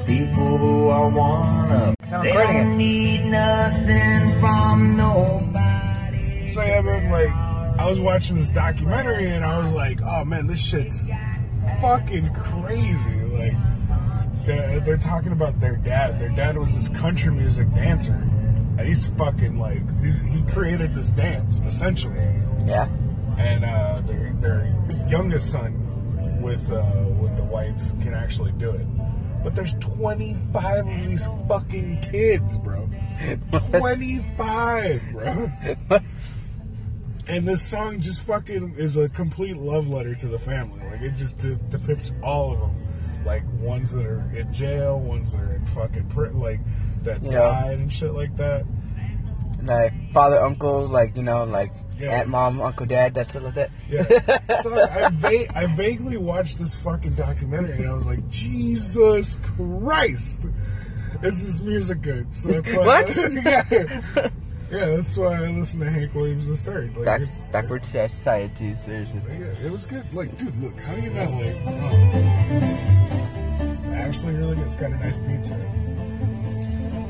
people who are one of. Sound They recording don't need nothing from nobody. So yeah, but like I was watching this documentary and I was like, oh man, this shit's fucking crazy. Like they're, they're talking about their dad. Their dad was this country music dancer, and he's fucking like he, he created this dance essentially. Yeah. And uh, their their youngest son with uh, with the whites can actually do it. But there's 25 of these fucking kids, bro. 25, bro. And this song just fucking is a complete love letter to the family. Like it just de- depicts all of them, like ones that are in jail, ones that are in fucking prison, like that Yeah. died and shit like that. Like father, uncle, like you know, like Yeah. aunt, mom, uncle, dad. That's still like that. Yeah. so I, va- I vaguely watched this fucking documentary and I was like, Jesus Christ, is this music good? So that's why What? yeah. yeah, that's why I listen to Hank Williams the third. Like, Back, it's- backward society, seriously. Yeah, it was good. Like, dude, look, how do you not like? wow. It's actually really good. It's got a nice beat to it.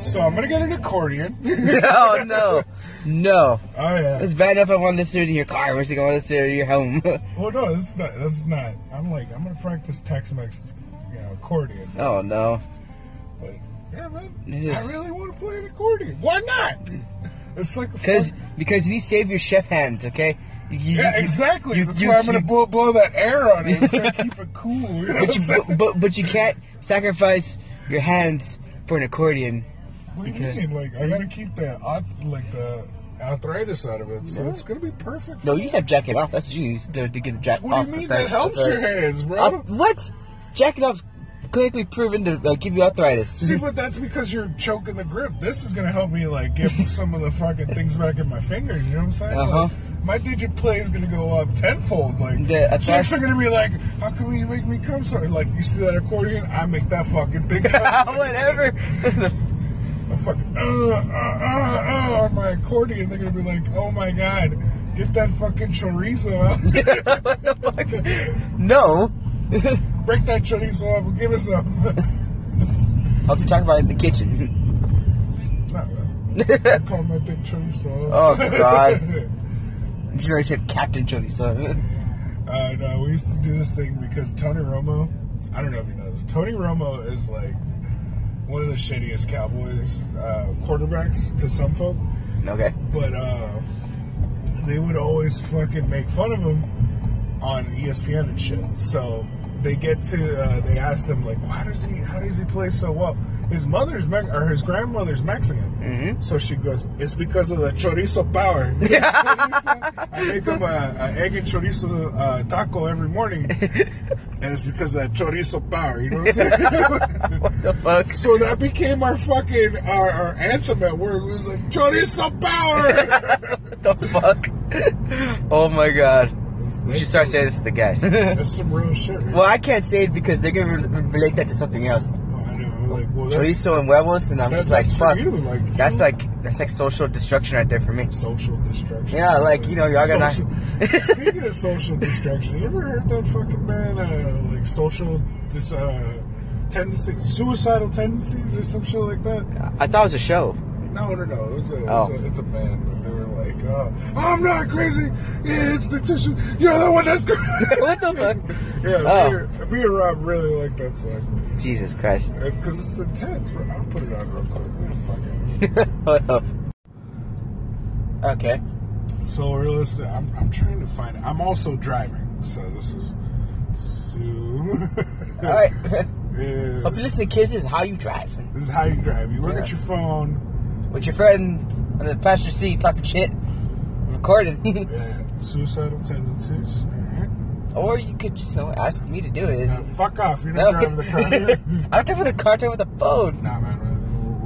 So I'm gonna get an accordion. oh no, no. oh yeah. It's bad enough I want to listen to your car. Where's it going to listen to your home? Well, no, this is not. This is not. I'm like, I'm gonna practice Tex-Mex, you know, accordion. oh no. But yeah, man, Yes. I really want to play an accordion. Why not? It's like a Because fun- because you save your chef hands, okay? You- you- Yeah, you- exactly. you- That's you- why I'm gonna you- blow, blow that air on it. It's gonna keep it cool. You know But what I'm saying? you, but, but you can't sacrifice your hands for an accordion. What do you Okay. mean? Like I gotta keep the arth- like the arthritis out of it, so it's gonna be perfect. No, you just have jacket off. That's what you need to, to get the jacket What off. do you the mean thing- that helps the your thing. hands, bro? Uh, what? Jacket off's clinically proven to uh, give you arthritis. See, but that's because you're choking the grip. This is gonna help me like get some of the fucking things back in my fingers. You know what I'm saying? Uh-huh. Like, my digit play is gonna go up tenfold. Like The chicks attacks- are gonna be like, "How come you make me come so?" Like you see that accordion? I make that fucking thing. come. Whatever. I'm fucking uh, uh, uh, uh, on my accordion. They're gonna be like, "Oh my god, get that fucking chorizo out." no. break that chorizo up and give us some. I'll be talking about it in the kitchen. Nah, I uh, call my big chorizo. Oh, God. You know, I said Captain Chili, so. uh, no, we used to do this thing because Tony Romo, I don't know if you know this, Tony Romo is like one of the shittiest Cowboys uh, quarterbacks to some folk, Okay. but uh, they would always fucking make fun of him on E ESPN and shit. So they get to, uh, they asked him like, why does he, how does he play so well? His mother's, Me- or his grandmother's Mexican. Mm-hmm. So she goes, it's because of the chorizo power. I make them a, a egg and chorizo uh, taco every morning, and it's because of that chorizo power. You know what I'm saying? The fuck? so that became our fucking our, our anthem at work. It was like chorizo power. The fuck? Oh my god. We should start saying this to the guys. well, That's some real shit. Right? I can't say it because they're gonna re- relate that to something else. I know. Like, well, that's, Chorizo and huevos, and I'm that's, just like, that's fuck. for you. Like, That's you- like that's like social destruction right there for me. social destruction. Yeah, like, you know, y'all got Social- Speaking of social destruction, you ever heard that fucking man, uh, like social dis, uh, tendencies, suicidal tendencies, or some shit like that? I thought it was a show. No, no, no. It was a, it Oh. was a, it's a man, but they were like, uh, "I'm not crazy. Yeah, it's the tissue. You're the one that's crazy." what the yeah, Oh. me, and- me and Rob really like that song. fuck? Jesus Christ. It's because it's intense. But I'll put it on real quick. We're gonna fuck it. What up? Okay. So realistic. I'm, I'm trying to find it. I'm also driving, so this is. So, All right. Yeah. Hope you listen to kids. This is how you drive This is how you drive. You look Yeah. at your phone. with your friend on the passenger seat talking shit, recording. Yeah. Suicidal tendencies. All right. Or you could just, you know, ask me to do it. Now, fuck off. You're No. not driving the car. I don't talk with the car, I talk with the phone. nah, man. man,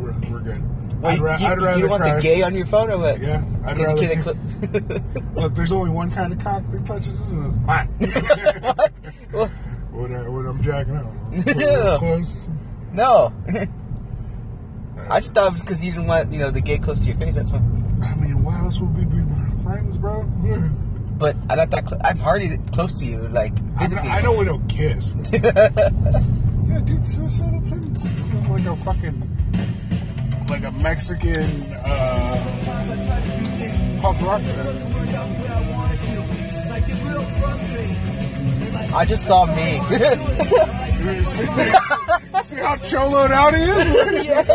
We're, we're- we're good. Wait, ra- you, you want the crash- gay on your phone or what? Yeah. I'd Kids- rather. kids cr- inclu- look, there's only one kind of cock that touches this, and it's mine. Well, What, I- what I'm jacking out. Yeah. Close. no. I just thought it was because you didn't want, you know, the gay close to your face. That's why. I mean, why else would we be friends, bro? But I like that. Cl- I'm hardly close to you, like I know, physically. I know we don't kiss. but- yeah, dude, suicidal tendencies. man. like a fucking like a Mexican uh, punk rock band. I just saw me. You See, see how choloed out he is? yes.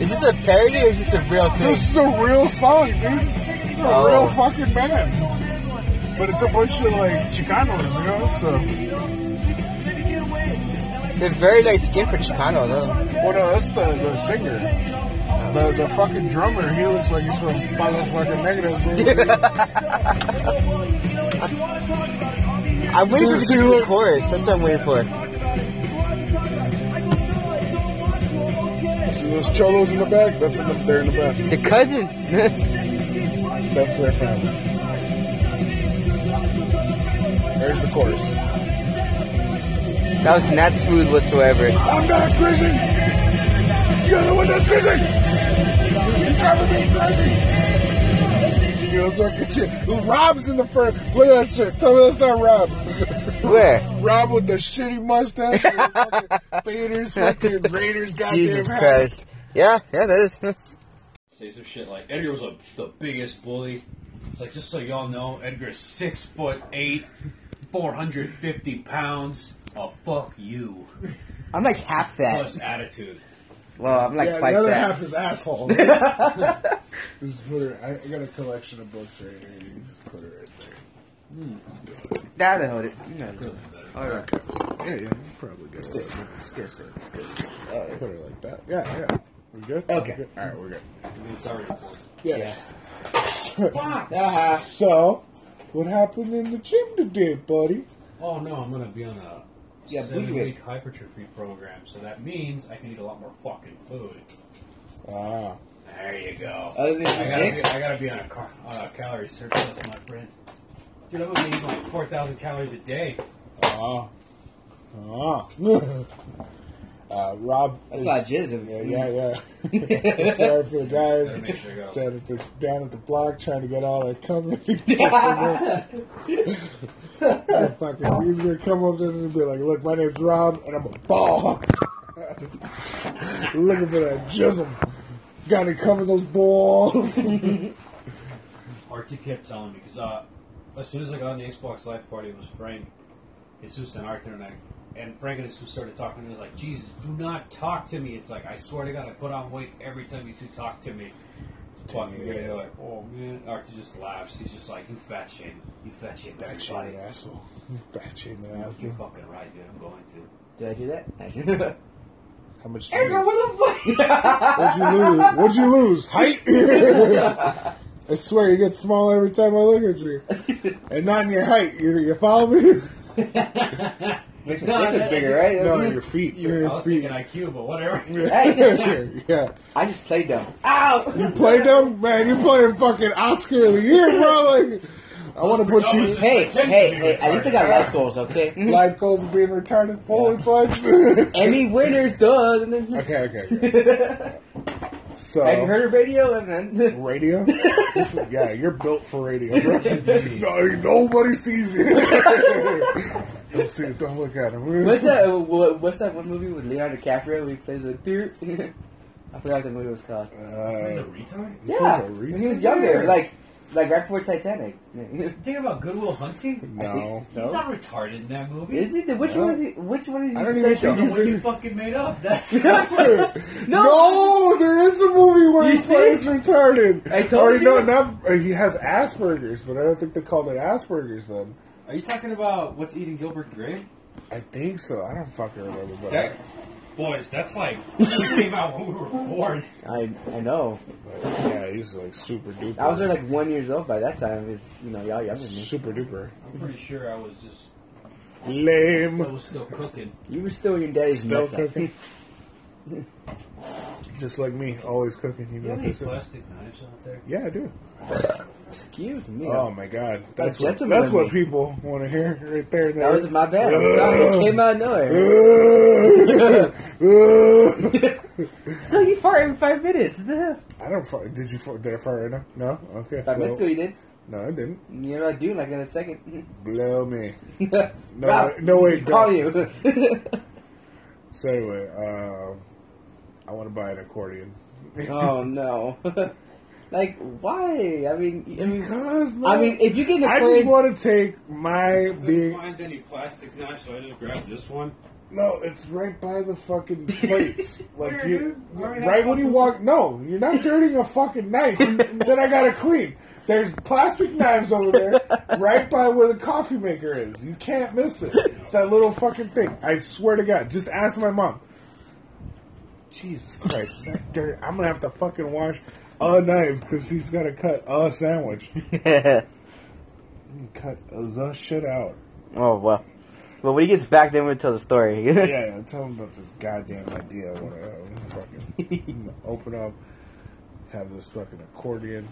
Is this a parody or is this a real thing? This is a real song, dude. They're A Oh. real fucking band. But it's a bunch of like Chicanos, you know. So, They're very light skinned for Chicano though. well, no, that's the, the singer. The, the fucking drummer, he looks like he's from Palos Fucking Negros. dude. I'm waiting for So- the so you- the chorus. That's what I'm waiting for. See those cholos in the back? That's in the, they're in the back. The cousins. That's their family. There's the chorus. that was not smooth whatsoever. I'm not crazy. You're the one that's crazy. You're driving me crazy. See, that's fucking shit. Rob's in the front. Look at that shit. Tell me that's not Rob. Where? Rob with the shitty mustache, and the fucking faders, fucking Raiders, goddamn Jesus hat. Christ. Yeah, yeah, that is. say some shit like Edgar was a, the biggest bully. It's like just so y'all know, Edgar's six foot eight, four hundred fifty pounds. A fuck you I'm like half that. plus attitude. Well, I'm like Yeah, the twice other that. half is asshole. This is put her- I I got a collection of books right here. You can just put it right there. That'll hold it. You know. All right. Yeah, yeah, it's probably good. It's good. It's good. Put it like that. Yeah, yeah. We good? Okay. We good? All right, we're good. I mean, it's already recorded. Yeah. So, what happened in the gym today, buddy? Oh no, I'm gonna be on a Yeah, seven bootleg. week hypertrophy program, so that means I can eat a lot more fucking food. Ah, There you go. Other than I gotta, dick? be, I gotta be on a, car, on a calorie surplus, my friend. Dude, I'm gonna eat like four thousand calories a day. ah, ah. uh, Rob. That's is- a lot of jizz in Yeah, there. yeah, yeah. Sorry for the guys Gotta make sure I got- down at the, down at the block trying to get all that covered. the fucking he's gonna come up there and be like, "Look, my name's Rob, and I'm a ball. Looking for that jizzle. Got to cover those balls." Archie kept telling me because uh, as soon as I got on the Xbox Live party, it was Frank, Jesus, and Arthur, and I, and Frank and Jesus started talking. And he was like, "Jesus, do not talk to me." It's like I swear to God, I put on weight every time you two talk to me. Fucking weird. They're like, "Oh man," Archie just laughs. He's just like, "You fat shame, you fat shame, Fat everybody." shaming asshole. Fat shaming You're asshole. fucking right, dude. I'm going to. Did I do that? How much? Did you, what the fuck? what'd you lose? What'd you lose? Height. I swear you get smaller every time I look at you, and not in your height. You, you follow me? Makes No, my dick I- look bigger, right? No, your feet. You're, I Your was feet. thinking IQ, but whatever. yeah. I just played dumb. You played them, man. You playing fucking Oscar of the Year, bro. Like, I want to put I was you just Hey, hey, pretending to be hey! At least I retarded. got life goals, okay? life goals of being retarded, fully fledged. okay, Emmy winners done. okay, okay. So Have you heard of radio? And then radio? This is- yeah, you're built for radio, bro. no, nobody sees you. don't see it. Don't look at him. what's that? uh, wha- What's that one movie with Leonardo DiCaprio? Where he plays a dude. I forgot what the movie was called. He's a Uh, retard. he Yeah, was a when he was retard? younger, Yeah. like like right before Titanic. Think about Goodwill Hunting. no. He's not retarded in that movie. Is it? Which one is he? Which one is he? I don't even special? The think one you fucking made up. That's No. No, there is a movie where You he plays see? retarded. I told Or, you. No, not, or he has Asperger's, but I don't think they called it Asperger's then. Are you talking about what's eating Gilbert Grape? I think so. I don't fucking remember. But That, boys, that's like that came out when we were born. I I know. but, yeah, he's like super duper. I was only like one years old by that time. Is you know y'all younger than me. super duper. I'm pretty sure I was just I Lame. was still cooking. You were still in your daddy's Still nuts, I think. cooking. Just like me, always cooking. You You know have any this. plastic knives out there? Yeah, I do. Excuse me. Oh my god, that's what gentleman that's what me. people want to hear right there. that was my bad. I'm sorry. It came out of nowhere. so you fart in five minutes. I don't fart. Did you fart? Did I fart right now? No. Okay. By Misco, you did. No, I didn't. You know I do like in a second. Blow me. no, no, no, wait, Call don't. you. So anyway, um, I want to buy an accordion. oh no. like why? I mean, I mean, Because man, I mean, if you get an I accordion, just want to take my Couldn't big. find any plastic knife, so I just grabbed this one. No, it's right by the fucking plates. Like Where, you, dude? Where we right have when you fucking- walk. No, you're not dirtying a fucking knife. that I gotta clean. There's plastic knives over there, right by where the coffee maker is. You can't miss it. It's that little fucking thing. I swear to God. Just ask my mom. Jesus Christ, that dirt. I'm gonna have to fucking wash a knife because he's gotta cut a sandwich. Cut the shit out. oh well. Well, when he gets back, then we'll tell the story. yeah, yeah, tell them about this goddamn idea. I want to fucking open up, have this fucking accordion.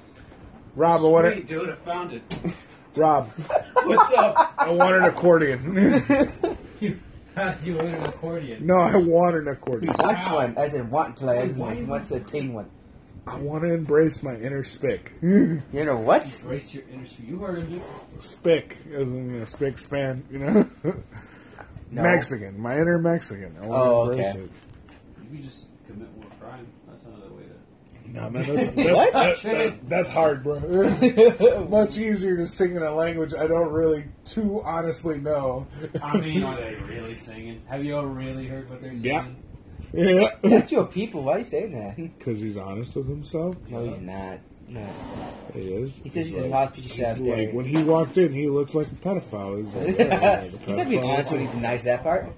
Rob, I want Sweet, it. dude, I found it. Rob, What's up? I want an accordion. you, you want an accordion? no, I want an accordion. Wants Wow. one, as in want to, like, as in Why like, you- wants to obtain one. I want to embrace my inner spick. You know what? Embrace your inner You heard it. spick, as in a spick span, you know. No. Mexican, my inner Mexican. I want Oh, to embrace okay. it. You could just commit more crime. That's another way to. No, man, that's, What? that's, that, that- that's hard, bro. Much easier to sing in a language I don't really too honestly know. I mean, are they really singing? Have you all really heard what they're singing? Yeah. Yeah. That's your people. Why are you saying that? Because he's honest with himself. No, he's not. No. He is. He says he's a lost piece of shit out He's there. like, when he walked in, he looked like a pedophile. He's like, yeah, like a He's not being pedophile. honest when he denies that part.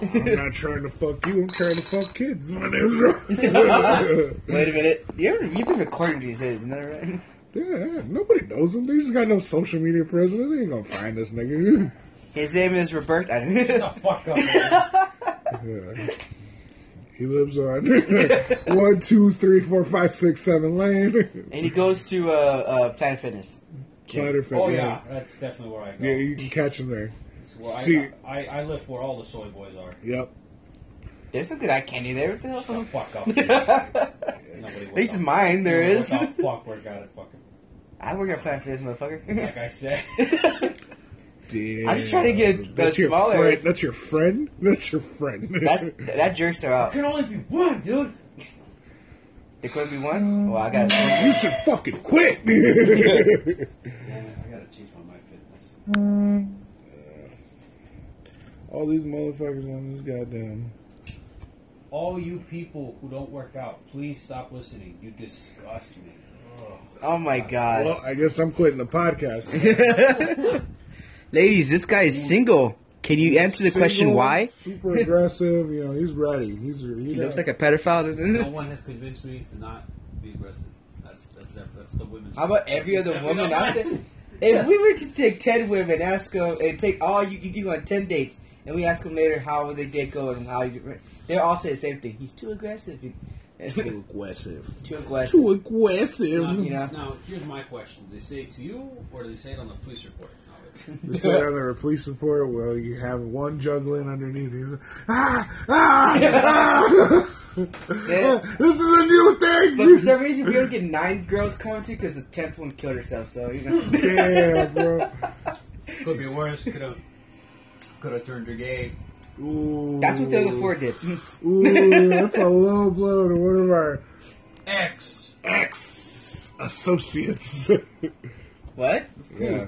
I'm not trying to fuck you. I'm trying to fuck kids. My name's Ro- Wait a minute. You ever, you've been recording these days, isn't that right? Yeah, nobody knows him. They just got no social media presence. They ain't gonna find this nigga. His name is Robert. I Shut the fuck up, man. Yeah. He lives on one, two, three, four, five, six, seven lane. and he goes to uh, uh, Planet Fitness. Platter fit, Oh, yeah. That's definitely where I go. yeah, you can catch him there. It's where I- See- I, I, live where all the soy boys are. Yep. There's some good eye candy there. What the hell? Shut the fuck up. dude. Nobody At least in mine, there is. What the fuck work out at fucking. I work at Planet Fitness, motherfucker. Like I said. Damn. I'm just trying to get the that's your smaller- Friend. That's your friend. That's your friend. That's that jerks are out. can only be one, dude. There could be Oh. one. Well, I got. you should fucking quit. Damn it, I gotta change my mind fitness. All these motherfuckers on this goddamn. All you people who don't work out, please stop listening. You disgust me. Oh my god. Well, I guess I'm quitting the podcast. Ladies, this guy is single. Can you answer the question Single, why? Super aggressive. You know, he's ready. He's he, He looks like a pedophile. No one has convinced me to not be aggressive. That's that's that's the women's. How about every other woman out there? If we were to take ten women, ask them, and take all you, you go on ten dates, and we ask them later how they did go and how you, they all say the same thing. He's too aggressive. too too aggressive. aggressive. Too aggressive. Now, You know? now, here's my question: Do they say it to you, or do they say it on the police report? No, They said on the police report, well, you have one juggling underneath. He's like, ah, ah, ah. Yeah. This is a new thing. But for some reason, we only get nine girls commenting because the tenth one killed herself. So you know. Damn, bro. it Could be worse. Could have could have turned her gay. Ooh. That's what the other four did. Ooh, that's a low blow to one of our X. ex associates. what? yeah.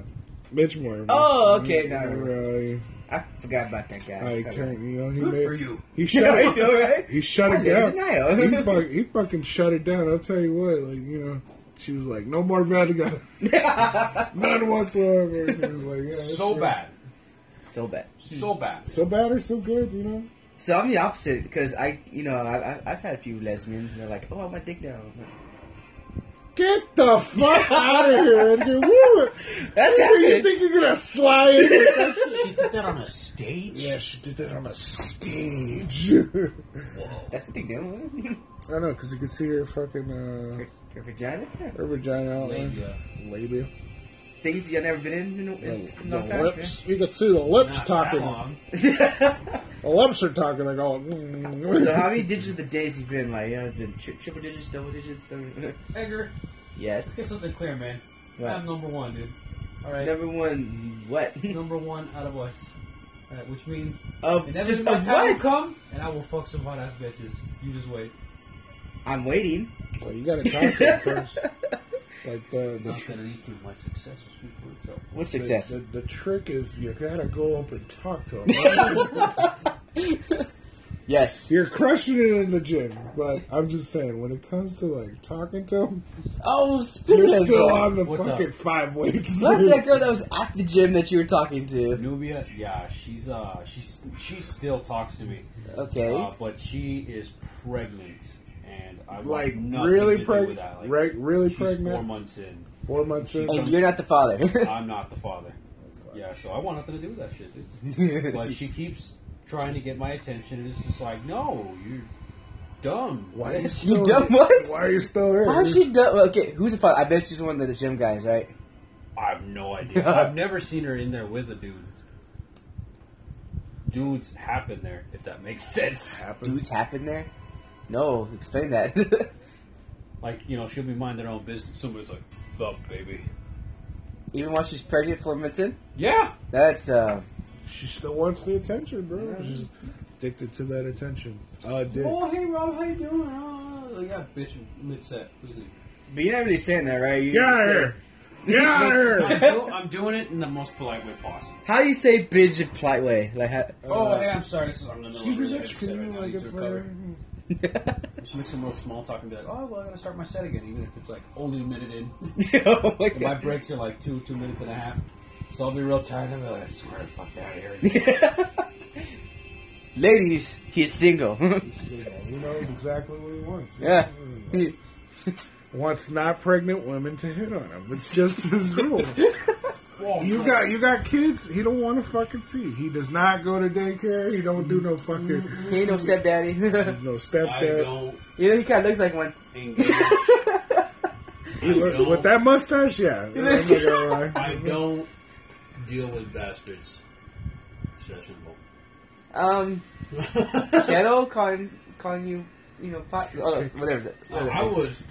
Mitch Moore. Oh, okay, now I Remember, I forgot about that uh, guy. I turned, you know, he Good made, for you. He Yeah, shut I it, know, right? he shut I it live down. in he, denial. fuck, he fucking shut it down. I'll tell you what, like, you know, she was like, no more Vatican. None whatsoever. And he was like, yeah, that's So true. bad. so bad. So bad. So bad or so good, you know? So I'm the opposite because I, you know, I, I, I've had a few lesbians and they're like, "Oh, I want my dick down." Get the fuck out of here, Edgar. Woo! That's You think- you happened. think you're gonna slide in with that shit? She did that on a stage. Yeah, she did that on a stage. I That's the thing, dude. know, because you could see her fucking, uh, Your- Your vagina. Yeah. her vagina out there. Labia. Labia. Things you've never been in in, The, in, in a the long time. lips. You could see the lips Not that talking. long. yeah. The lips are talking like, oh. mm. so how many digits of the days you've been like? You know, it's been tri- triple digits, double digits. Double... Edgar, yes. let's get something clear, man. Right. I'm number one, dude. All right, Number one, what? number one out of us. All right, which means of, inevitably of my time will what? come, and I will fuck some hot ass bitches. You just wait. I'm waiting. Well, you gotta talk to them first. Like the the, Not tr- that I need to. My success will speak for itself. What the, success? the the trick is you gotta go up and talk to them. yes. You're crushing it in the gym, but I'm just saying when it comes to like talking to them, Oh, speaking you're of still that, on the What's fucking up? five weights. Not that girl that was at the gym that you were talking to. Nubia, yeah, she's uh, she's she still talks to me, Okay. uh, but she is pregnant, and I want like nothing to really do with pregnant, that. Like, right? Really she's pregnant. four months in. Four months in. and you're not the father. I'm not the father. Yeah, so I want nothing to do with that shit, dude. But she keeps trying to get my attention, and it's just like, no, you're dumb. Why are you You still? dumb what? Why are you still here? How's she done? Okay, who's the father? I bet she's one of the gym guys, right? I have no idea. I've never seen her in there with a dude. Dudes happen there, if that makes sense. Happened. Dudes happen there? No, explain that. Like, you know, she'll be minding her own business. Somebody's like, fuck, baby. Even while she's pregnant, four months in? Yeah. That's, uh, She still wants the attention, bro. She's addicted to that attention. Uh, dick. Oh, hey, Rob, how you doing? Uh, like, yeah, bitch, mid-set. Please leave. but you're not really saying that, right? You Get out of here! Get out of I'm, here! do- I'm doing it in the most polite way possible. How do you say bitch in polite way? Like, how, oh, hey, I'm sorry. This is, I'm in the middle Uh, Excuse of a me, really bitch. heavy set Can right you now. I like uh, get for need to recover. Oh. Just make some real small talk and be like, oh, well, I gotta start my set again, even if it's like only a minute in. oh my And my god. breaks are like two, two minutes and a half. So I'll be real tired and be like, I swear to fuck out of here. Ladies, he's single. He knows exactly what he wants. yeah. Wants not pregnant women to hit on him. It's just his rule. Whoa, You fuck. got you got kids. He don't want to fucking see. He does not go to daycare. He don't do no fucking He ain't no stepdaddy. you no I stepdad. don't know, he kind of looks like one. engage. I With, don't, with that mustache, yeah. I'm not gonna lie. I don't deal with bastards. It's that simple. Um, Kettle calling, calling you, you know, pot, oh, no, whatever. that- I, whatever. I was,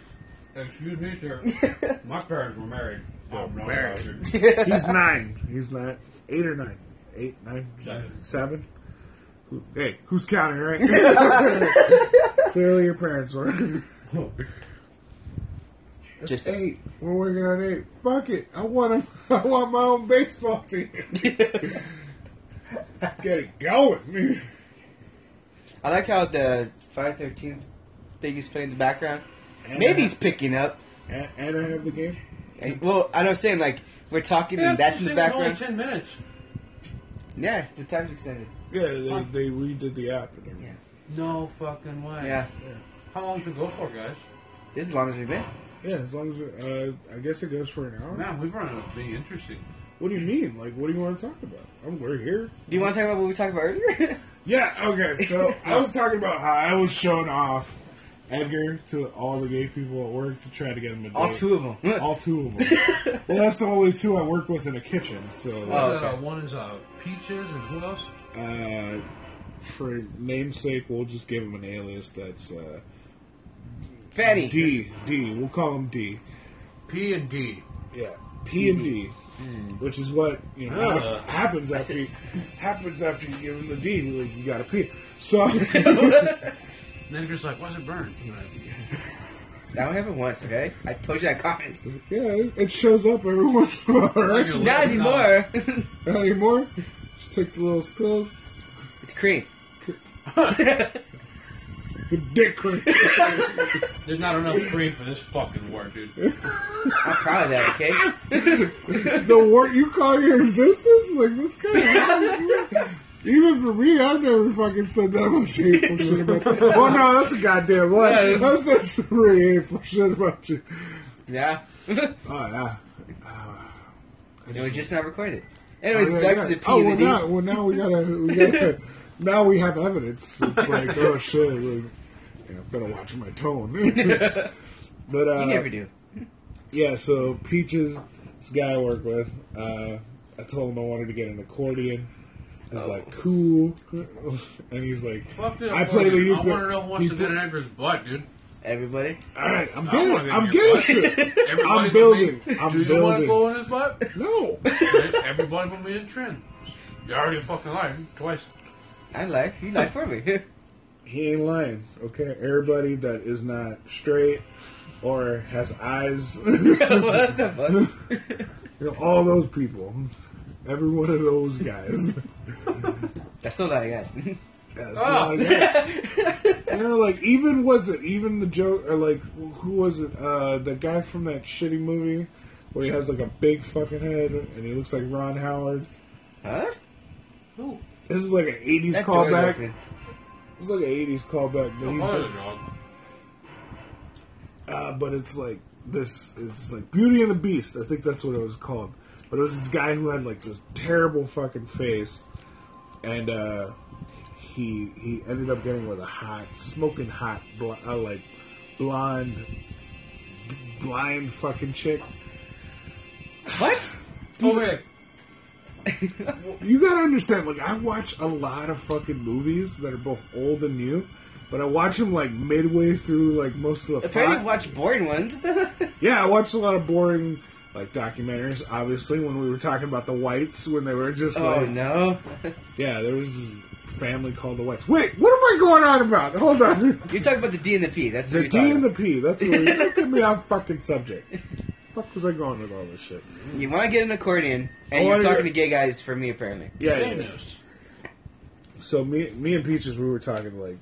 excuse me, sir. My parents were married. I'm not a Married. bastard. He's nine. He's nine. Eight or nine. Eight, nine, Seven. seven? Who, hey, who's counting, right? Clearly your parents were. That's Just- eight. We're working on eight. Fuck it. I want 'em- I want my own baseball team. Get it going. I like how the Friday Thirteenth thing is playing in the background. Maybe he's picking up. And, and I have the game. And, well, I know. I'm saying like we're talking, and that's in the background. Only ten minutes. Yeah, the time's extended. Yeah, they, they redid the app and everything. Yeah. No fucking way. Yeah, How long did it go for, guys? this is as long as we've been. Yeah, as long as it, uh, I guess it goes for an hour. Man, we've run out of being interesting. What do you mean? Like, what do you want to talk about? I'm, we're here. Do you want to talk about what we talked about earlier? Yeah, okay, so I was talking about how I was showing off Edgar to all the gay people at work to try to get him a date. All two of them. All two of them. well, that's the only two I work with in a kitchen, so. Oh, What's that, okay. uh, one is uh, peaches and who else? Oh. Uh, for namesake, we'll just give him an alias that's uh, Fanny. D. D. We'll call him D. P and D. Yeah. P and D. Hmm. Which is what you know Ugh. Ah. hap- happens after you, happens after you give him the D. Like you gotta pee. So And then you're just like, why's it burn? That only happened once. Okay, I told you that comment. yeah, it, it shows up every once in a while. Right? You're Not living now. anymore. Not anymore. Just took the little pills. it's cream. The dick cream. There's not enough cream for this fucking word, dude. I'm proud of that. Okay. the wart you call your existence? Like, that's kind of hard. Even for me, I've never fucking said that much hateful shit about you. Well, no, that's a goddamn lie. I've said some really hateful shit about you. Yeah. Oh, yeah. it was just not recorded. Oh, Anyways, yeah, back yeah. to the P oh, well, and the D. now, well, now we gotta, we gotta, now we have evidence. It's like, oh shit, like, yeah, better watch my tone. but uh, You never do. Yeah, so Peaches, this guy I work with, uh, I told him I wanted to get an accordion. I was like, cool. and he's like, Fuck this I play the word. I ukulele. want to know who wants to get an Edgar's butt, dude. Everybody. All right, I'm I getting, wanna I'm hear getting to it. Everybody I'm but building. me. I'm Do you want to building. go in his butt? No, Everybody but me and Trin. You already fucking lied twice. I like you like for me. he ain't lying. Okay, everybody that is not straight or has eyes, you what the fuck? know, all those people, every one of those guys. That's still not a guess. That's Oh. not it. you know, like even was it even the joke or like who was it? Uh, the guy from that shitty movie where he has like a big fucking head and he looks like Ron Howard. huh? Who? This is like an '80s That door's callback. open. It's like an '80s callback, but, Come he's- on, dog. uh, but it's like this. It's like Beauty and the Beast. I think that's what it was called. But it was this guy who had like this terrible fucking face, and uh, he he ended up getting with a hot, smoking hot, bl- uh, like blonde, b- blind fucking chick. What? Oh, wait. You gotta understand, like, I watch a lot of fucking movies that are both old and new, but I watch them, like, midway through, like, most of the Apparently, plot. you watch boring ones. Oh, yeah, I watched a lot of boring, like, documentaries, obviously, when we were talking about the whites, when they were just oh like, no! yeah, there was this family called the whites. Wait, what am I going on about? Hold on. You're talking about the D and the P. That's what The you're D talking and the P, that's what look at me, I'm fucking subject. fuck was I going with all this shit? about. You want to get an accordion, I and you're wanna talking to get- gay guys for me apparently. Yeah, yeah, yeah. Famous. So me, me and Peaches, we were talking like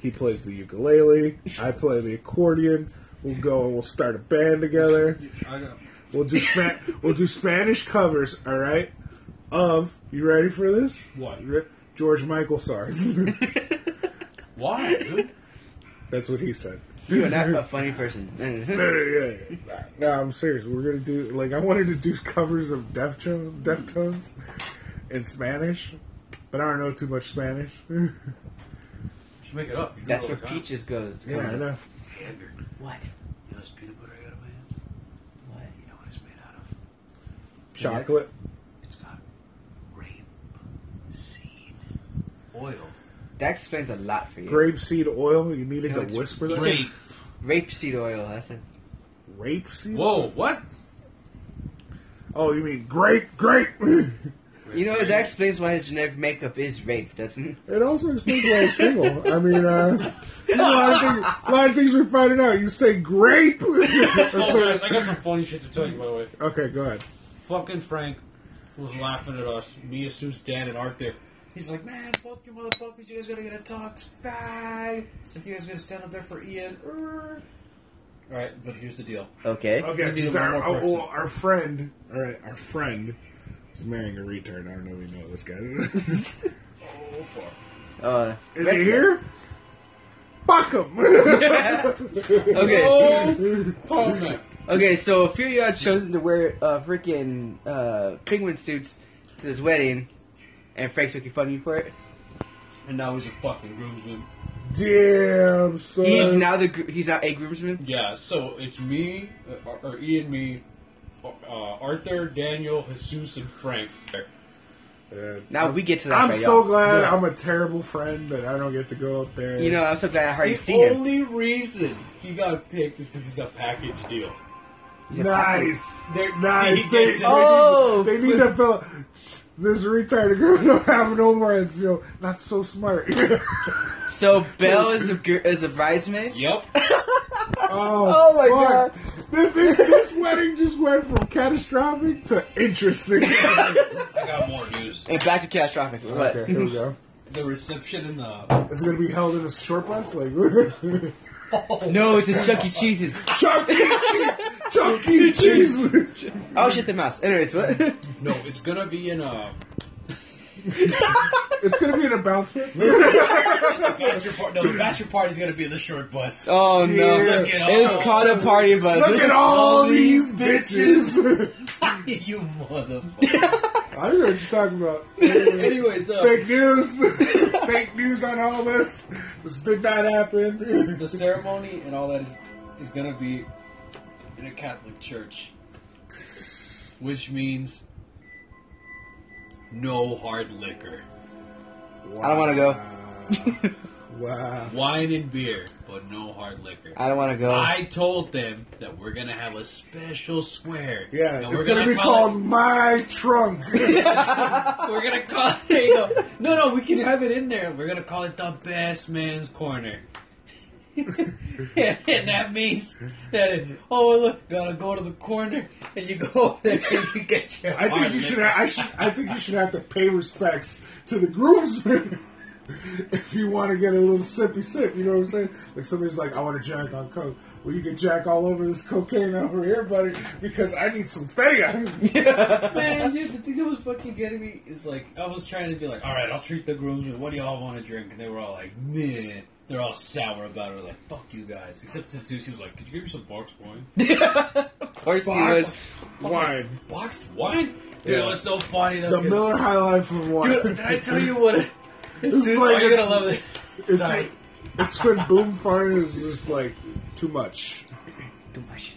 he plays the ukulele, I play the accordion. We'll go and we'll start a band together. I got. We'll do Spa- we'll do Spanish covers. All right. Of you ready for this? What? You re- George Michael songs. Why, dude? That's what he said. You're not a funny person. Yeah, yeah, yeah. No, I'm serious. We're gonna do like I wanted to do covers of Deftones, Deftones in Spanish, but I don't know too much Spanish. yeah, Just make it up. You do That's it all where the time. peaches goes. I know. Hamburger. What? You know this peanut butter I got in my hands? What? You know what it's made out of? Chocolate. It's got grape seed oil. That explains a lot for you. grape seed oil. You needed No, it's to whisper that. Grape. Rapeseed oil. That's it. Rape seed. Whoa, what? Oh, you mean grape? Grape. it You know that explains why his generic makeup is rape. That's also explains why I'm single. I mean, uh, there's a lot of things, a lot of things we're finding out. You say grape. I'm Oh, sorry. guys, I got some funny shit to tell you, by the way. okay, go ahead. Fucking Frank was laughing at us. Me, Sue's dad, and Art there. He's like, man, fuck you motherfuckers. You guys gotta get a talk. Bye. So you guys gotta stand up there for Ian. Er. Alright, but here's the deal. okay. Okay, We need he's one our, more oh, person. oh, our friend. All right, our friend is marrying a retard. I don't know if you know this guy. Oh. Uh, is he here? Fuck him. okay. Oh, fuck man. Okay, so a few of you had chosen to wear uh, freaking uh, penguin suits to this wedding, and Frank's making fun of you for it. And now he's a fucking groomsman. Damn, son. He's now the gr- he's now a groomsman. Yeah, so it's me, uh, or- or Ian, me, uh, Arthur, Daniel, Jesus, and Frank. Yeah. Now we get to that. I'm part, so y'all. glad Yeah. I'm a terrible friend that I don't get to go up there. You know, I'm so glad I already see the him. only reason he got picked is because he's a package deal. nice, They're- nice. he They, gets it. they Oh. need, they need to fill this retarded girl don't have no friends. You know, not so smart. So Belle is a gr- is a bridesmaid. Yep. Oh, Oh my fuck. This is, this wedding just went from catastrophic to interesting. okay, I got more news. And back to catastrophic. What? here we go. The reception in the. It's gonna be held in a short bus, like Chuck No, it's a Chuck E. Cheese's. E. Cheese, Chuck E. Cheese. Oh shit, the mouse. Anyways, what? No, it's gonna be in uh, a. It's gonna be an announcement. Bachelor part, no, the bachelor party's gonna be in the short bus. Oh no, Yeah. Look at all- it's called a party bus. Look at all these bitches. you motherfucker. I know what you're talking about. Anyways, uh, Fake news. Fake news on all this. This did not happen. the ceremony and all that is is gonna be in a Catholic church, which means no hard liquor. I don't wanna go. Wow. Wow. Wine and beer, but no hard liquor. I don't want to go. I told them that we're gonna have a special square. Yeah, and it's gonna, be called my trunk. It, we're gonna call. There you go. No, no, we can have it in there. We're gonna call it the best man's corner. and that means that oh look, gotta go to the corner, and you go over there and you get your. I think you should. ha- I should. I think you should have to pay respects to the groomsmen if you want to get a little sippy sip. You know what I'm saying? Like somebody's like, "I want to jack on coke." Well, you can jack all over this cocaine over here, buddy, because I need some thea. Man, dude, the thing that was fucking getting me is like, I was trying to be like, all right, I'll treat the groomsmen. What do y'all want to drink? And they were all like, nah. They're all sour about it. We're like, fuck you guys. Except the Zeus, he was like, could you give me some boxed wine? of course he Box was. wine, boxed wine? Dude, it was so funny. That the Miller High Life of Dude, wine. did I tell you what? It's Zeus, like you're going to it's- love it. It's, Sorry. it's when boom farting is just like too much. Too much.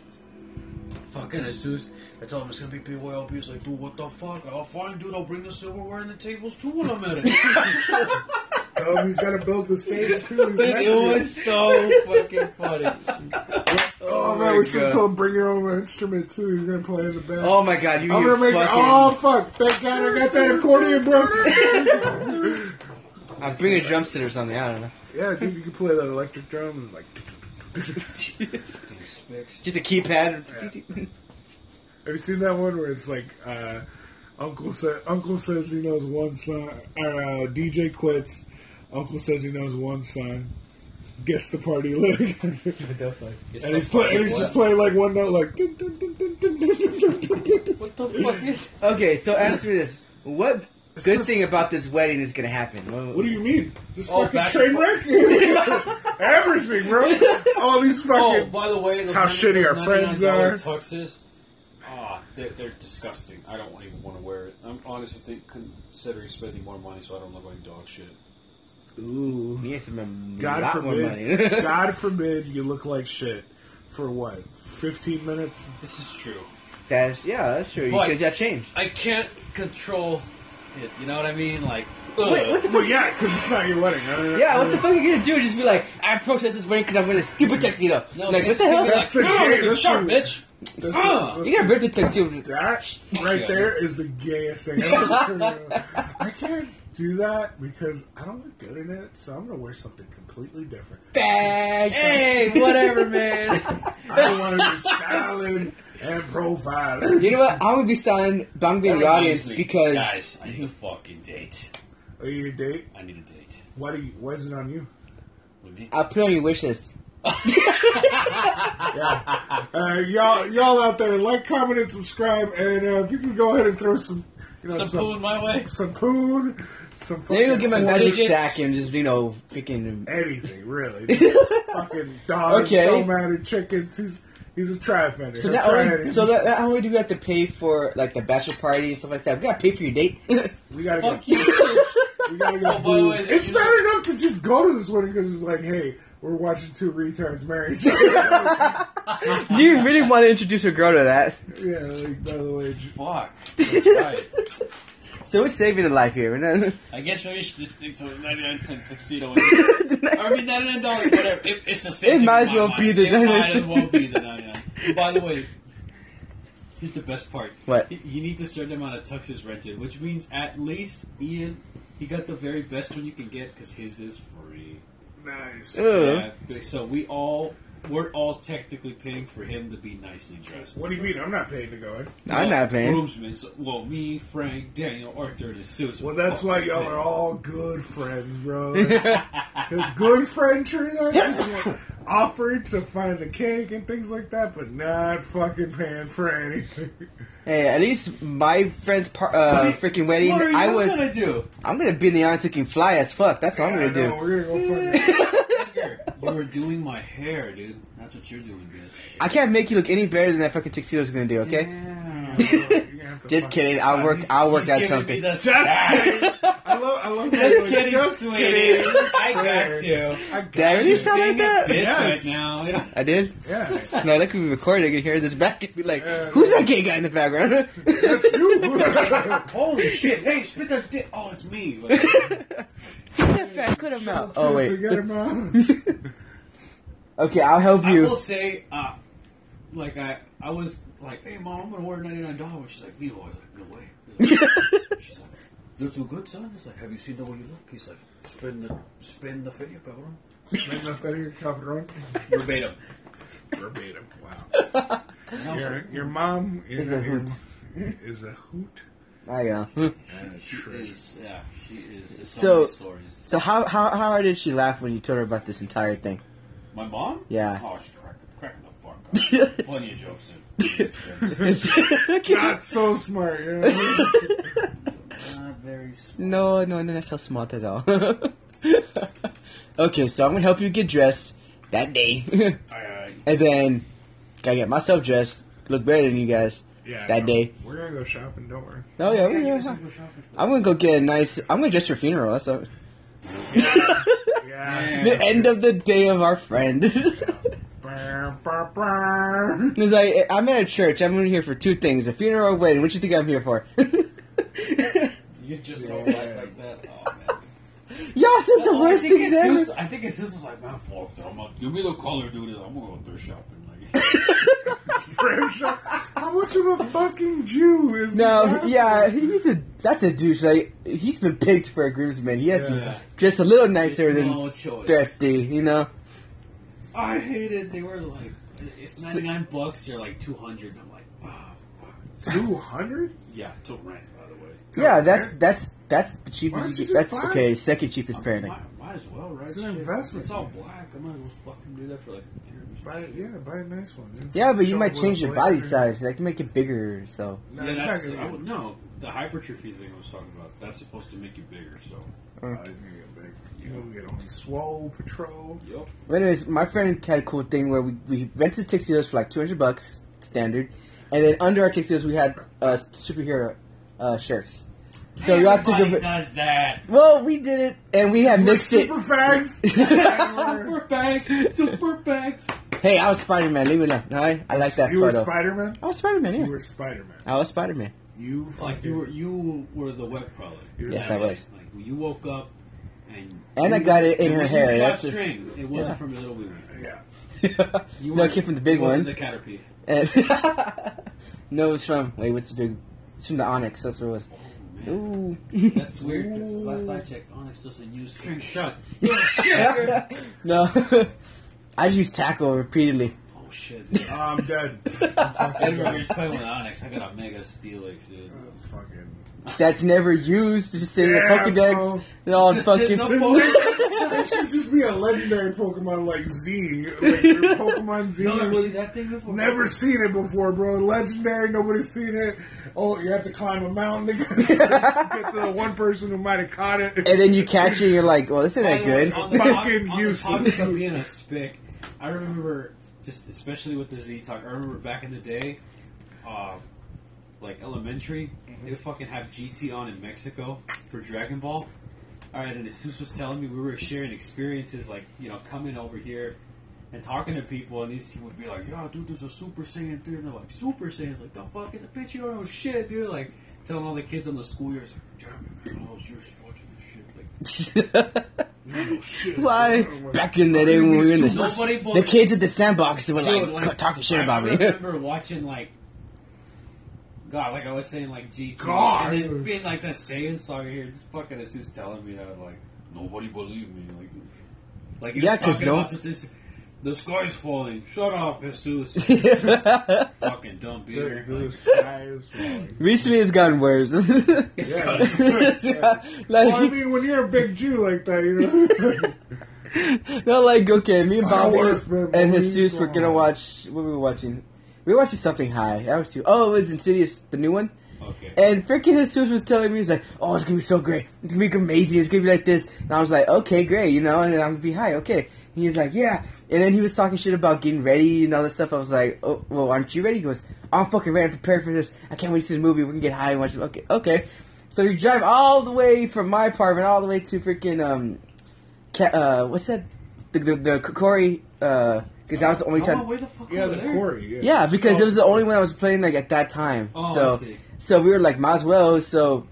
Fucking Asus. I told him it's gonna be BYOB. He's like, dude, what the fuck? I'll fine, dude. I'll bring the silverware and the tables too when I'm at it. Oh, he's got to build the stage too. He's Dude, next it to you. was so fucking funny. Oh, Oh man, my we should God. have told him bring your own instrument too. He's gonna play in the band. Oh my god, you I'm you gonna make fucking. oh fuck! Thank God I got that accordion, bro. I'll bring a drum set or something, I don't know. yeah, dude, you can play that electric drum and like. Just a keypad. Have you seen that one where it's like, uh, Uncle says Uncle says he knows one song, or uh, DJ quits. Uncle says he knows one song. Gets the party lit, and he's play, and he's just playing like one note, like. dun, dun, dun, dun, dun, dun, dun, dun, dun, dun. What the fuck is Okay, so answer me this. What good this- thing about this wedding is gonna happen? What do you mean? This Oh, fucking back- train wreck. Everything, bro. All these Oh, fucking. by the way, the How shitty our friends are. Tuxes, ah, they're, they're disgusting. I don't even want to wear it. I'm honestly think, considering spending more money so I don't look like dog shit. Ooh, he has some a God lot more money. forbid. God forbid you look like shit for what? Fifteen minutes? This is true. that's yeah, that's true. But- Because that changed. I can't control it. You know what I mean? Like, Wait, ugh. what the Well, yeah, because it's not your wedding. I don't- yeah, what the fuck are you gonna do? Just be like, I protest this wedding because I'm wearing this stupid tuxedo. No, like, what it's the gonna hell? be That's the like, "Ah, gay- look at that's sharp, the- bitch. That's Ah! that's Uh. you gotta break the tuxedo. that right Yeah. there is the gayest thing. I've ever heard. I can't do that because I don't look good in it, so I'm gonna wear something completely different. Bag. Hey, whatever, man. I want to be styling and profiling. You know what? I'm gonna be styling, but I'm gonna be in the audience because guys, I need a fucking date. Are you a date? I need a date. Why do you? Why is it on you? What do you mean? I put on your wish list. Uh, y'all, y'all out there, like, comment, and subscribe. And uh, if you can go ahead and throw some, you know, Some some poo in my way. some poon, some Maybe we'll fucking- get my some magic digits. sack and just you know freaking. anything really. Just fucking dogs Okay. don't matter. Chickens. He's he's a tri fender. So not only, so not, not only do we have to pay for like the bachelor party and stuff like that, we gotta pay for your date. we gotta Fuck get you. we gotta Oh, get by the booze. way, It's you not know- enough to just go to this wedding because it's like, hey, we're watching two retards married. do you really want to introduce a girl to that? yeah. Like, by the way, j- Fuck. That's right. So we're saving a life here. we're not- I guess maybe we should just stick to a 99 cent tuxedo. Or I mean, 99 dollars, whatever. It, it's the same. It thing might in as my well mind. be the It might 99. as well be the 99. By the way, here's the best part. What? Y- You need a certain amount of tuxes rented, which means at least Ian, he got the very best one you can get because his is free. nice. Ugh. Yeah, but- so we all, we're all technically paying for him to be nicely dressed. What do you mean? I'm not paid to go in. I'm not paying. Groomsmen. So, well, me, Frank, Daniel, Arthur, and Susan. Well, that's why y'all are all good friends, bro. Because good friend Trina just like, offered to find the cake and things like that, but not fucking paying for anything. Hey, at least my friend's par- uh, freaking wedding, What are you I was. gonna do? I'm gonna be in the audience looking fly as fuck. That's what I'm I gonna do. know, We're gonna go fucking. You were doing my hair, dude. That's what you're doing, dude. I can't make you look any better than that fucking tuxedo's gonna do. Okay. Damn, bro, you're gonna have to Just fucking- kidding. I'll work. I'll work He's out something. giving me the Just sass. kidding. I I love, I love that. Just like, kidding, just sweetie. kidding. I got you. I got Did I really you. sound like Being a that? bitch Yes. right now. You know? I did. Yeah. No, that could be recorded. I could hear this back and be like, Yeah. "Who's that gay guy in the background?" That's you. Uh, Holy shit! Hey, spit that dick. Oh, it's me. that fat cut him out. Oh wait. Together, mom. Okay, I'll help I will you. say, uh, like I, I was like, hey mom, I'm gonna order ninety nine dollars. She's like, Leo. I was like, no way. She's like, you're too good, son. He's like, have you seen the way you look? He's like, spin the, spin the video, cabrón. Make my better, cabrón. Verbatim. Verbatim. Wow. And I was like, Your, your mom is, Is a hoot. Is a hoot I uh, hmm. am. and a she treasure. is, yeah, she is. It's so, So- many stories. So how how how hard did she laugh when you told her about this entire thing? My mom? Yeah. Oh, she cracked, cracking the fuck up. Plenty of jokes in. Plenty of jokes. Not so smart. You know what I mean? Not very smart. No, no, no, that's how smart at all. okay, so I'm gonna help you get dressed that day, I, and then gotta get myself dressed, look better than you guys. Yeah. That no, day. We're gonna go shopping. Don't worry. Oh yeah, we're you gonna- guys go shopping for I'm gonna go get a nice. I'm gonna dress for funeral. That's all. Yeah. the end of the day of our friend. Brr, brr, brr. It's like I'm at a church. I'm in here for two things: a funeral, or a wedding. What you think I'm here for? You just don't like, like that. Oh, man. Y'all said the worst I Oh, think things ever. Jesus, I think his was like, man, fuck it. I'm not, give me the color, dude. I'm gonna go thrift shopping. Like, Brr, shop. How much of a fucking Jew is No, this yeah, asshole? he's a that's a douche. Like he's been picked for a groomsman. He has Yeah. to dress a little nicer it's than no choice. thrifty, you know. I hate it. They were like, it's 99 bucks. You're like 200. And I'm like, ah, fuck. Two hundred? Yeah, to rent, by the way. yeah, that's that's that's the Why don't cheapest. you just that's buy okay. it? Second cheapest parenting. Might, might as well, right? It's an Shit, investment. It's all black. I might as well fucking do that for like. Buy yeah, buy a nice one. dude. Yeah, but you Show might them change what your a body blazer- size. Like make it bigger. So No, yeah, it's not that's gonna I be- would, no the hypertrophy thing I was talking about. That's supposed to make you bigger. So Uh. Oh, it's gonna get big. You gonna get on Swole Patrol. yep. But anyways, my friend had a cool thing where we, we rented tuxedos for like 200 bucks, standard. And then under our tuxedos, we had uh, superhero uh, shirts. So y'all took Everybody a. does that. Well, we did it, and we had mixed it. super fags. Super bags, super bags. Hey, I was Spider Man. Leave me alone. All right? I like that You were photo. Spider Man. I was Spider Man, You yeah. were Spider Man. I was Spider Man. You Like fucking. you were, you were the web crawler. You were Yes, That I was. Like when you woke up, and And you I got it in you her were- hair. You shot That's a- string. It wasn't Yeah. from the little women. Yeah. You No, were- it came from the big it wasn't one. The caterpillar. And no, it's from. Wait, what's the big. It's from the Onyx. That's what it was. Oh, man. Ooh. That's weird. 'cause last I checked, Onyx doesn't use string shut. no. I used tackle repeatedly. Oh shit. dude. Oh, I'm dead. Edward, you're playing with Onyx. I got a mega Steelix, dude. Oh, fucking. that's never used. Just sitting in Yeah, the bro. Pokedex. They're all Just fucking. sitting up all- That should just be a legendary Pokemon like Z. Like your Pokemon Z. No, I've was- seen that thing before. Never seen it before, bro. Legendary, nobody's seen it. Oh, you have to climb a mountain to get to, get to the one person who might have caught it. and then you catch it, and you're like, "Well, this isn't By that the way, good." on the Fucking top- on the useless. topic of being a spic, I remember just especially with the Z talk. I remember back in the day, uh, like elementary, they would fucking have GT on in Mexico for Dragon Ball. All right, and Jesus was telling me we were sharing experiences, like you know, coming over here and talking to people, and these he would be like, "Yo, dude, there's a Super Saiyan 3. and they're like, "Super Saiyan?" It's like, "The fuck is a bitch? You don't know shit, dude!" Like telling all the kids on the school year, it's like, "Damn it, man, I was yours watching this shit." Like, Oh, Why? Back in the day when we were in the Nobody the bought- kids at the sandbox were Dude, like, talking shit about I me. remember watching like God, like I was saying, like GT, God. and then being like the Saiyan song here, just fucking it's just telling me that like nobody believed me, like like he Yeah, was 'cause talking no- about this. The sky's falling. Shut up, Jesus. Fucking dumb The, beater. the Like, sky is falling. Recently, it's gotten worse. Yeah. Well, I like, mean, when you're a big Jew like that, you know. no, like, okay, me and I work, Bobby man, and but Jesus we were gonna don't. watch. What were we watching? We were watching something high. That was too. Oh, it was Insidious, the new one. okay. And freaking Jesus was telling me, he's like, oh, it's gonna be so great. It's gonna be amazing. It's gonna be like this. And I was like, okay, great, you know, and I'm gonna be high, okay. And he was like, yeah. And then he was talking shit about getting ready and all this stuff. I was like, oh, well, aren't you ready? He goes, I'm fucking ready. I'm prepared for this. I can't wait to see the movie. We can get high and watch it. Okay, okay. So you drive all the way from my apartment all the way to freaking um, Ca- uh, what's that? The the, the Corey uh, because that was the only Oh, time. where the fuck Yeah, over the there? quarry. Yeah. Yeah, because it was the only one I was playing like at that time. Oh, so I see. so we were like, might as well. So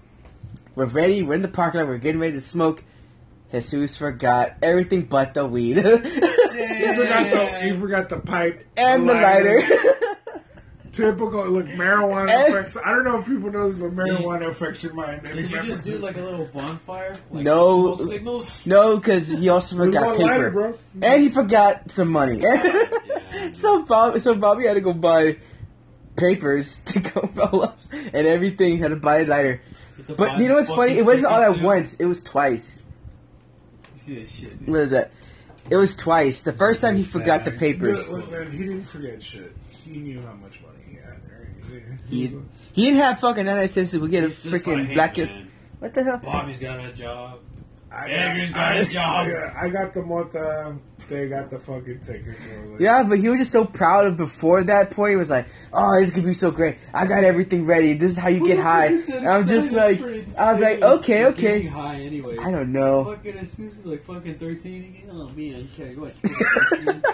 we're ready. We're in the parking lot. We're getting ready to smoke. Jesus forgot everything but the weed You and forgot the you forgot the pipe the lighter. Typical look marijuana And- affects. I don't know if people know this, but marijuana affects your mind. And Did you remember- just do like a little bonfire? Like No. Smoke signals? no, because he also There's forgot one paper, lighter, bro. and he forgot some money. so Bob, so Bobby had to go buy papers to go roll up, and everything had to buy a lighter. But you know what's funny? It wasn't all at once. It was twice. Yeah, shit. What is that? It was twice. The first time he forgot the Look, papers. look, man, he didn't forget shit. He knew how much money he had. right? He, he didn't have fucking 99 cents to get a It's just like, freaking hey, black. man, What the hell? Bobby's got a job. I Edgar's got a job. Yeah, I got the month. They got the fucking ticket. bro. Like, Yeah, but he was just so proud of before that point. He was like, "Oh, this could be so great. I got everything ready. This is how you get high." And I'm just like, I was like, "Okay, okay." High anyway. I don't know. Fucking as soon as like fucking thirteen again. Oh man, shit, what?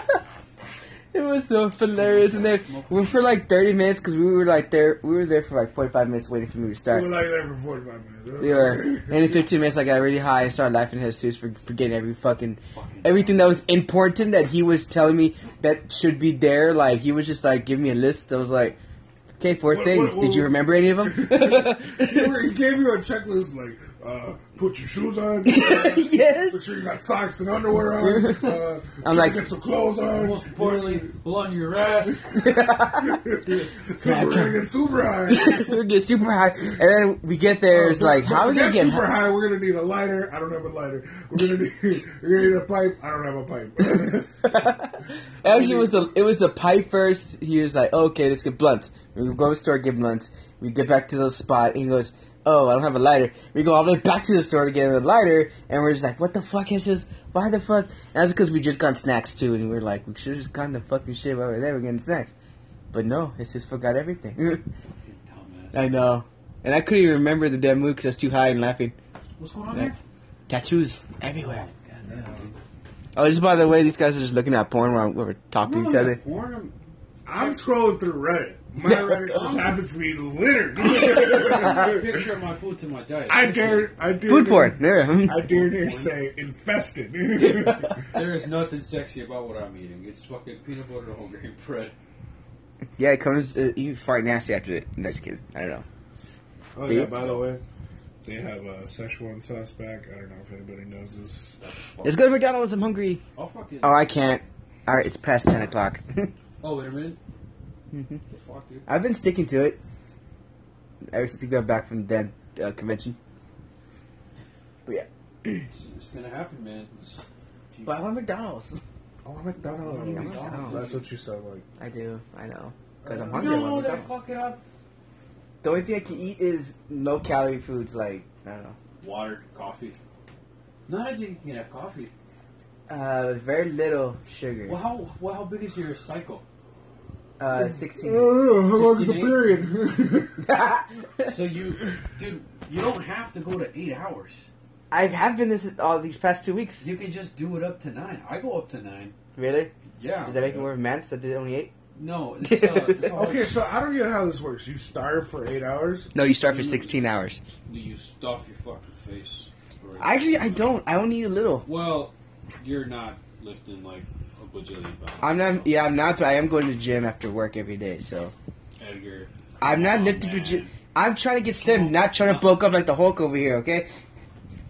It was so hilarious, and then we were for like 30 minutes because we were like there. We were there for like 45 minutes waiting for me to we start. were like there for forty-five minutes. Yeah, and in 15 minutes I got really high and started laughing at his suits for forgetting every fucking everything that was important that he was telling me that should be there. Like he was just like giving me a list. I was like, okay, four What- things. what- Did you what- remember any of them? he were- he gave you a checklist like, uh, put your shoes on. uh, Yes. Make sure you got socks and underwear on. Uh, I'm I'm like- like, get some clothes on. Most importantly, blow your ass. Because we're gonna get super high. we get super high, and then we get there. It's But- like, but how are to we gonna get get? Oh, Uh, super High? high? We're gonna need a lighter. I don't have a lighter. We're gonna need, we're gonna need a pipe. I don't have a pipe. Actually, it was the it was the pipe first. He was like, okay, let's get blunts. We go to the store, get blunts. We get back to the spot, and he goes, oh, I don't have a lighter. We go all the way back to the store to get a lighter, and we're just like, what the fuck is this? Why the fuck? And that's because we just got snacks too, and we are like, we should have just gotten the fucking shit while we were there. We're getting snacks, but no, it's just forgot everything. I know, and I couldn't even remember the damn move because I was too high and laughing. What's going on Like, there? tattoos everywhere. Oh, just by the way, these guys are just looking at porn while we're talking to each other. Porn, I'm scrolling through Reddit. My Reddit Um. just happens to be littered. I picture my food to my diet. I dare, I dare, Food porn. Yeah. I dare near say infested. Oh, There is nothing sexy about what I'm eating. It's fucking peanut butter and whole grain bread. yeah, it comes. Uh, you fart nasty after it. No, just kidding. I don't know. oh yeah, by the way, they have a Szechuan sauce back. I don't know if anybody knows this. Let's go to McDonald's. I'm hungry. I'll fucking. Oh, I can't. All right, it's past ten o'clock. Oh, wait a minute. Mhm. The fuck, dude? I've been sticking to it ever since we got back from the damn, uh, convention. It's, it's gonna happen, man. It's, But I want McDonald's. Oh, McDonald's. McDonald's. That's what you sound like. I do. I know. Cause I'm Uh, hungry. I want No, they McDonald's. fuck it up. The only thing I can eat is low calorie foods like I don't know. water, coffee. Not I think you can have coffee. Uh, very little sugar. Well, how well, how big is your cycle? Uh, 16. Oh, how long is the 68? period? So you, dude, you don't have to go to eight hours. I have been this all these past two weeks. You can just do it up to nine. I go up to nine. Really? Yeah. Does that make it Oh, more mad? So did it only eight? No. It's, uh, it's all okay, so I don't get how this works. You starve for eight hours. No, you start for 16 hours. you stuff your fucking face. Actually, I don't. I only eat a little. Well, you're not lifting like a bajillion pounds. I'm not. Yeah, I'm not. But I am going to the gym after work every day. So Edgar. I'm not Oh, lifting. man. for gy- I'm trying to get slim, not trying to bulk up like the Hulk over here. Okay?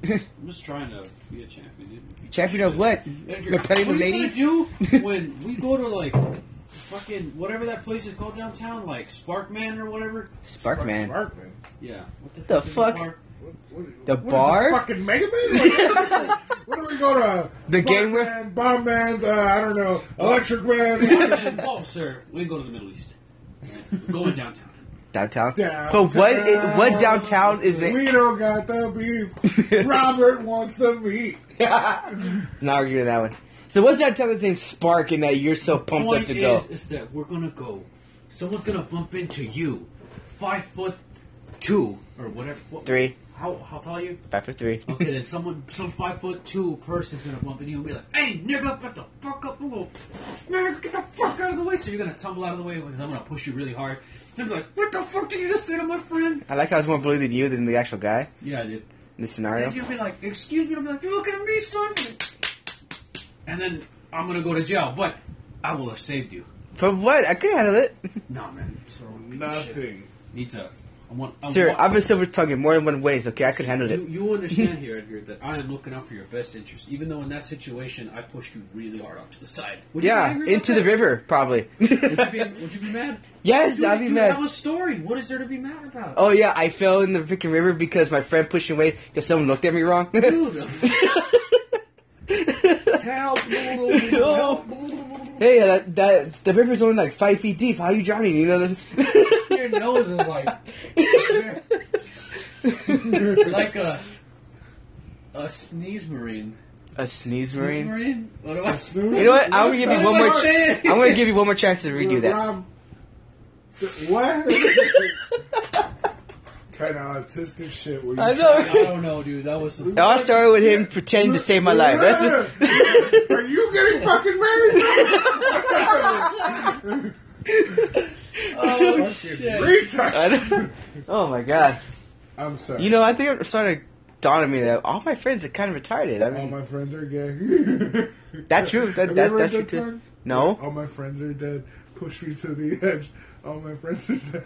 I'm just trying to be a champion. dude. Champion of what? Edgar, what Repelling the ladies. are you gonna do when we go to like fucking whatever that place is called downtown, like Sparkman or whatever? Spark man. Spark, man. Yeah. What the, The is fuck? bar? What, what, The what is bar? this, fucking Mega Man? Like, what do we go to? The Spark game where- Oh. Man, Bomb Man's, uh, I don't know, Electric Man. And, oh, sir, we go to the Middle East. We're going downtown. Downtown. Downtown. But what? i- what downtown is we it? don't got the beef. Robert wants the meat. Not arguing with that one. So what's that other thing, Spark, and that you're so pumped Point up to is, go? is that we're gonna go. Someone's gonna bump into you, five foot two or whatever. What, Three. how how tall are you? Five for three. Okay, then someone, some five foot two person's gonna bump into you and be like, "Hey, nigga, get the fuck up, I'm gonna- nigga, get the fuck out of the way." So you're gonna tumble out of the way because I'm gonna push you really hard. They're like, "What the fuck did you just say to my friend?" I like how I was more bullied than you than the actual guy Yeah, dude. in this scenario. He's gonna be like, "Excuse me," I'm like, "You're looking at me, son." And then I'm gonna go to jail, but I will have saved you. For what? I could handle it. Nah, man. So Shit. Nothing. Need to. I want. I Sir, want- I've been silver tongued more than one ways, okay? I could handle You, it. you understand here, Edgar, that I am looking out for your best interest. Even though in that situation, I pushed you really hard off to the side. Would you be Yeah, angry about into the that? river, probably. Would you, be, would you be mad? yes, Dude, I'd be you mad. have a story. What is there to be mad about? Oh yeah, I fell in the freaking river because my friend pushed me away because someone looked at me wrong. Dude. Help. Help. hey, uh, that, that the river's only like five feet deep. How are you drowning? You know. Your nose is like... You're like a... A sneeze marine. A sneeze marine. What do I... You know what? I'm gonna give you What one am I more. saying? I'm gonna give you one more chance to redo that. Rob, th- what? kind of autistic shit. Where you I I know. don't know, dude. That was some... It all started with him pretending to save my life. That's That's Are you getting fucking married? Oh, Fucking shit. I retard. don't- Oh my god. I'm sorry. You know, I think it started to dawn on me that all my friends are kind of retarded. I all mean, my friends are gay. That's true. That- that- Have you ever that's true, heard that too. song? No. All my friends are dead. Push me to the edge. All my friends are dead.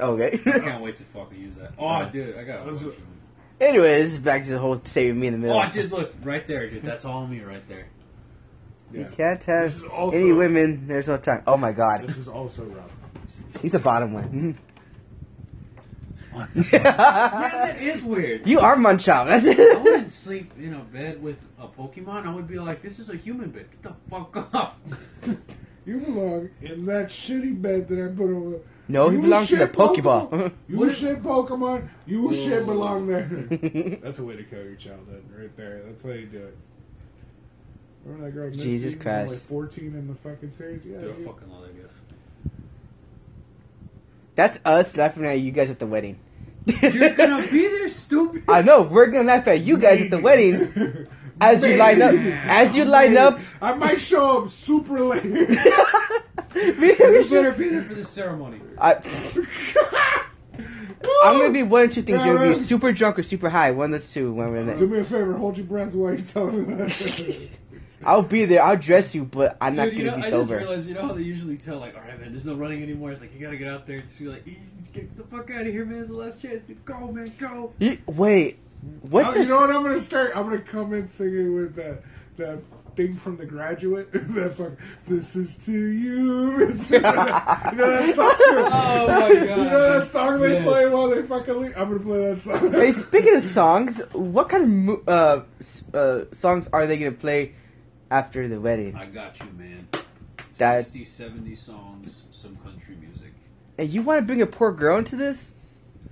okay. I can't wait to fucking use that. Oh, dude, I got Those to are- Anyways, back to the whole saving me in the middle. Oh, dude, look right there, dude. That's all me right there. Yeah. You can't This have is also- any women. There's no time. Oh my god, This is also Rob. he's the bottom one. What yeah, Mhm. that is weird. you are Munchausen. That's I it. wouldn't sleep in a bed with a Pokemon. I would be like, this is a human bed. Get the fuck off. You belong in that shitty bed that I put over. No, he You belongs to the shit Pokeball. Pokemon. You What is- shit Pokemon. You shit belong there. That's a way to kill your childhood, right there. That's how you do it. Remember that girl? Misty, Jesus who's Like Christ. Fourteen in the fucking series. Yeah. Dude, I dude. fucking love that gif. That's us laughing at you guys at the wedding. You're gonna be there, stupid. I know we're gonna laugh at you guys at the wedding as you line up. As you line up, I might show up super late. Me- You better be there for the ceremony. I, I'm gonna be one or two things. You're gonna be Aaron. super drunk or super high. One of the two. One of the. Do me a favor, hold your breath while you tell me that. I'll be there. I'll dress you, but I'm not Dude, you gonna know, be I sober. just realized, you know how they usually tell, like, all right, man, there's no running anymore. It's like, you gotta get out there. Just be like, "Eh, get the fuck out of here, man. It's the last chance, dude. Go, man, go. You- wait, what's Oh, this? you know what I'm gonna start? I'm gonna come in singing with that that thing from The Graduate. that fuck, this is to you. This- you know that song? Oh, my God. You know that song they Yes. play while they fucking leave? I'm gonna play that song. Hey, speaking of songs, what kind of mo- uh, s- uh, songs are they gonna play after the wedding? I got you, man. That 60, 70 songs, some country music. and you want to bring a poor girl into this?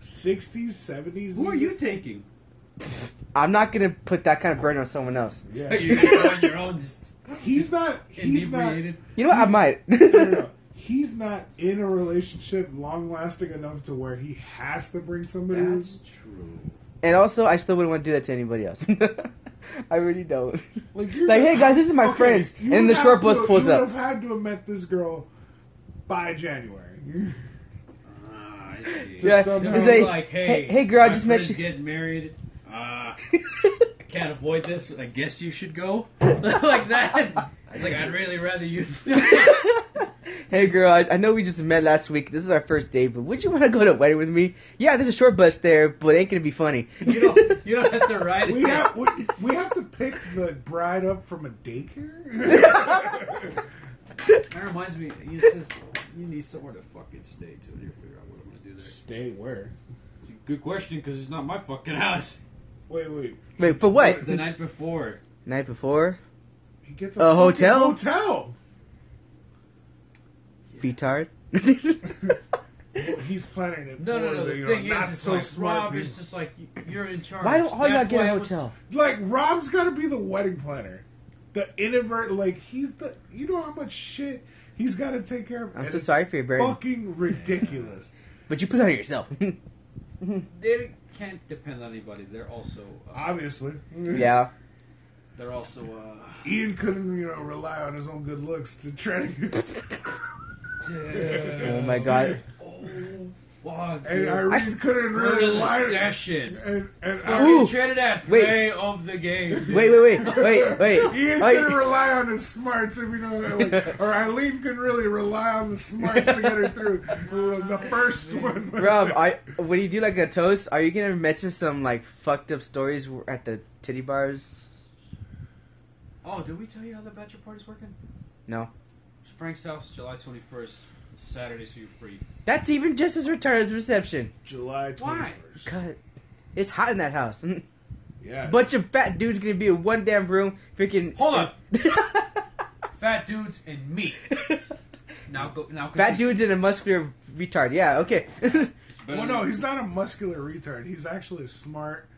60s, 70s. Who are you taking? I'm not gonna put that kind of burden on someone else. You're Yeah. gonna go on your own, just He's not. He's not. inebriated. You know what? I might. no, no, no. He's not in a relationship long lasting enough to where he has to bring somebody. in. That's true. and also, I still wouldn't want to do that to anybody else. I really don't. Like, you're Like, not- "Hey, guys, this is my friends," you and then would the short have to- bus pulls you up. would have had to have met this girl by January. Ah, I see. Yeah, So it's it's like, like, hey, hey- hey, girl, I my just met friend's you- Getting married. Ah, I can't avoid this. but I guess you should go. like that. It's like I'd really rather you. hey, girl, I, I know we just met last week. This is our first date, but would you want to go to a wedding with me? Yeah, there's a short bus there, but it ain't gonna be funny. you don't. You don't have to ride it. we have we, we have to pick the bride up from a daycare. That reminds me. You, just, you need somewhere to fucking stay to. I need to figure out what I'm gonna do there. It's Stay where? a good question because it's not my fucking house. Wait, wait. Wait, for what? The night before. Night before, He gets A fucking hotel? Hotel. retard. Well, he's planning it. No, no, for no. the, The you know, thing not is, it's so like smart. Rob people. is just like y- you're in charge. Why don't all y'all That's get why a I was- hotel? Like Rob's got to be the wedding planner, the inadvertent. Like he's the. You know how much shit he's got to take care of. I'm And so it's sorry for your burden. Fucking ridiculous. but you put it on yourself. They can't depend on anybody. They're also uh, Obviously, yeah. they're also uh, Ian couldn't, you know, rely on his own good looks to try to. Oh my god. Oh fuck! and dude. Irene s- couldn't We're really in the rely. session. And, and Ooh. I, Fucking traded that Wait. play of the game. Wait, wait, wait, wait, wait. Ian Like, couldn't rely on his smarts, if you know, like, or Eileen couldn't really rely on the smarts to get her through the first one. Rob, I when you do like a toast, are you gonna mention some like fucked up stories w- at the titty bars? Oh, did we tell you how the bachelor party's working? No. It's Frank's house, July twenty first. It's Saturday, so you're free. That's even just as retarded as reception. July twenty Why? first. God, it's hot in that house. Yeah. Bunch of fat dudes gonna be in one damn room, freaking. Hold up, fat dudes and me. Now go. Now fat continue. dudes and a muscular retard. Yeah, okay. Better well, than- no, he's not a muscular retard. He's actually a smart,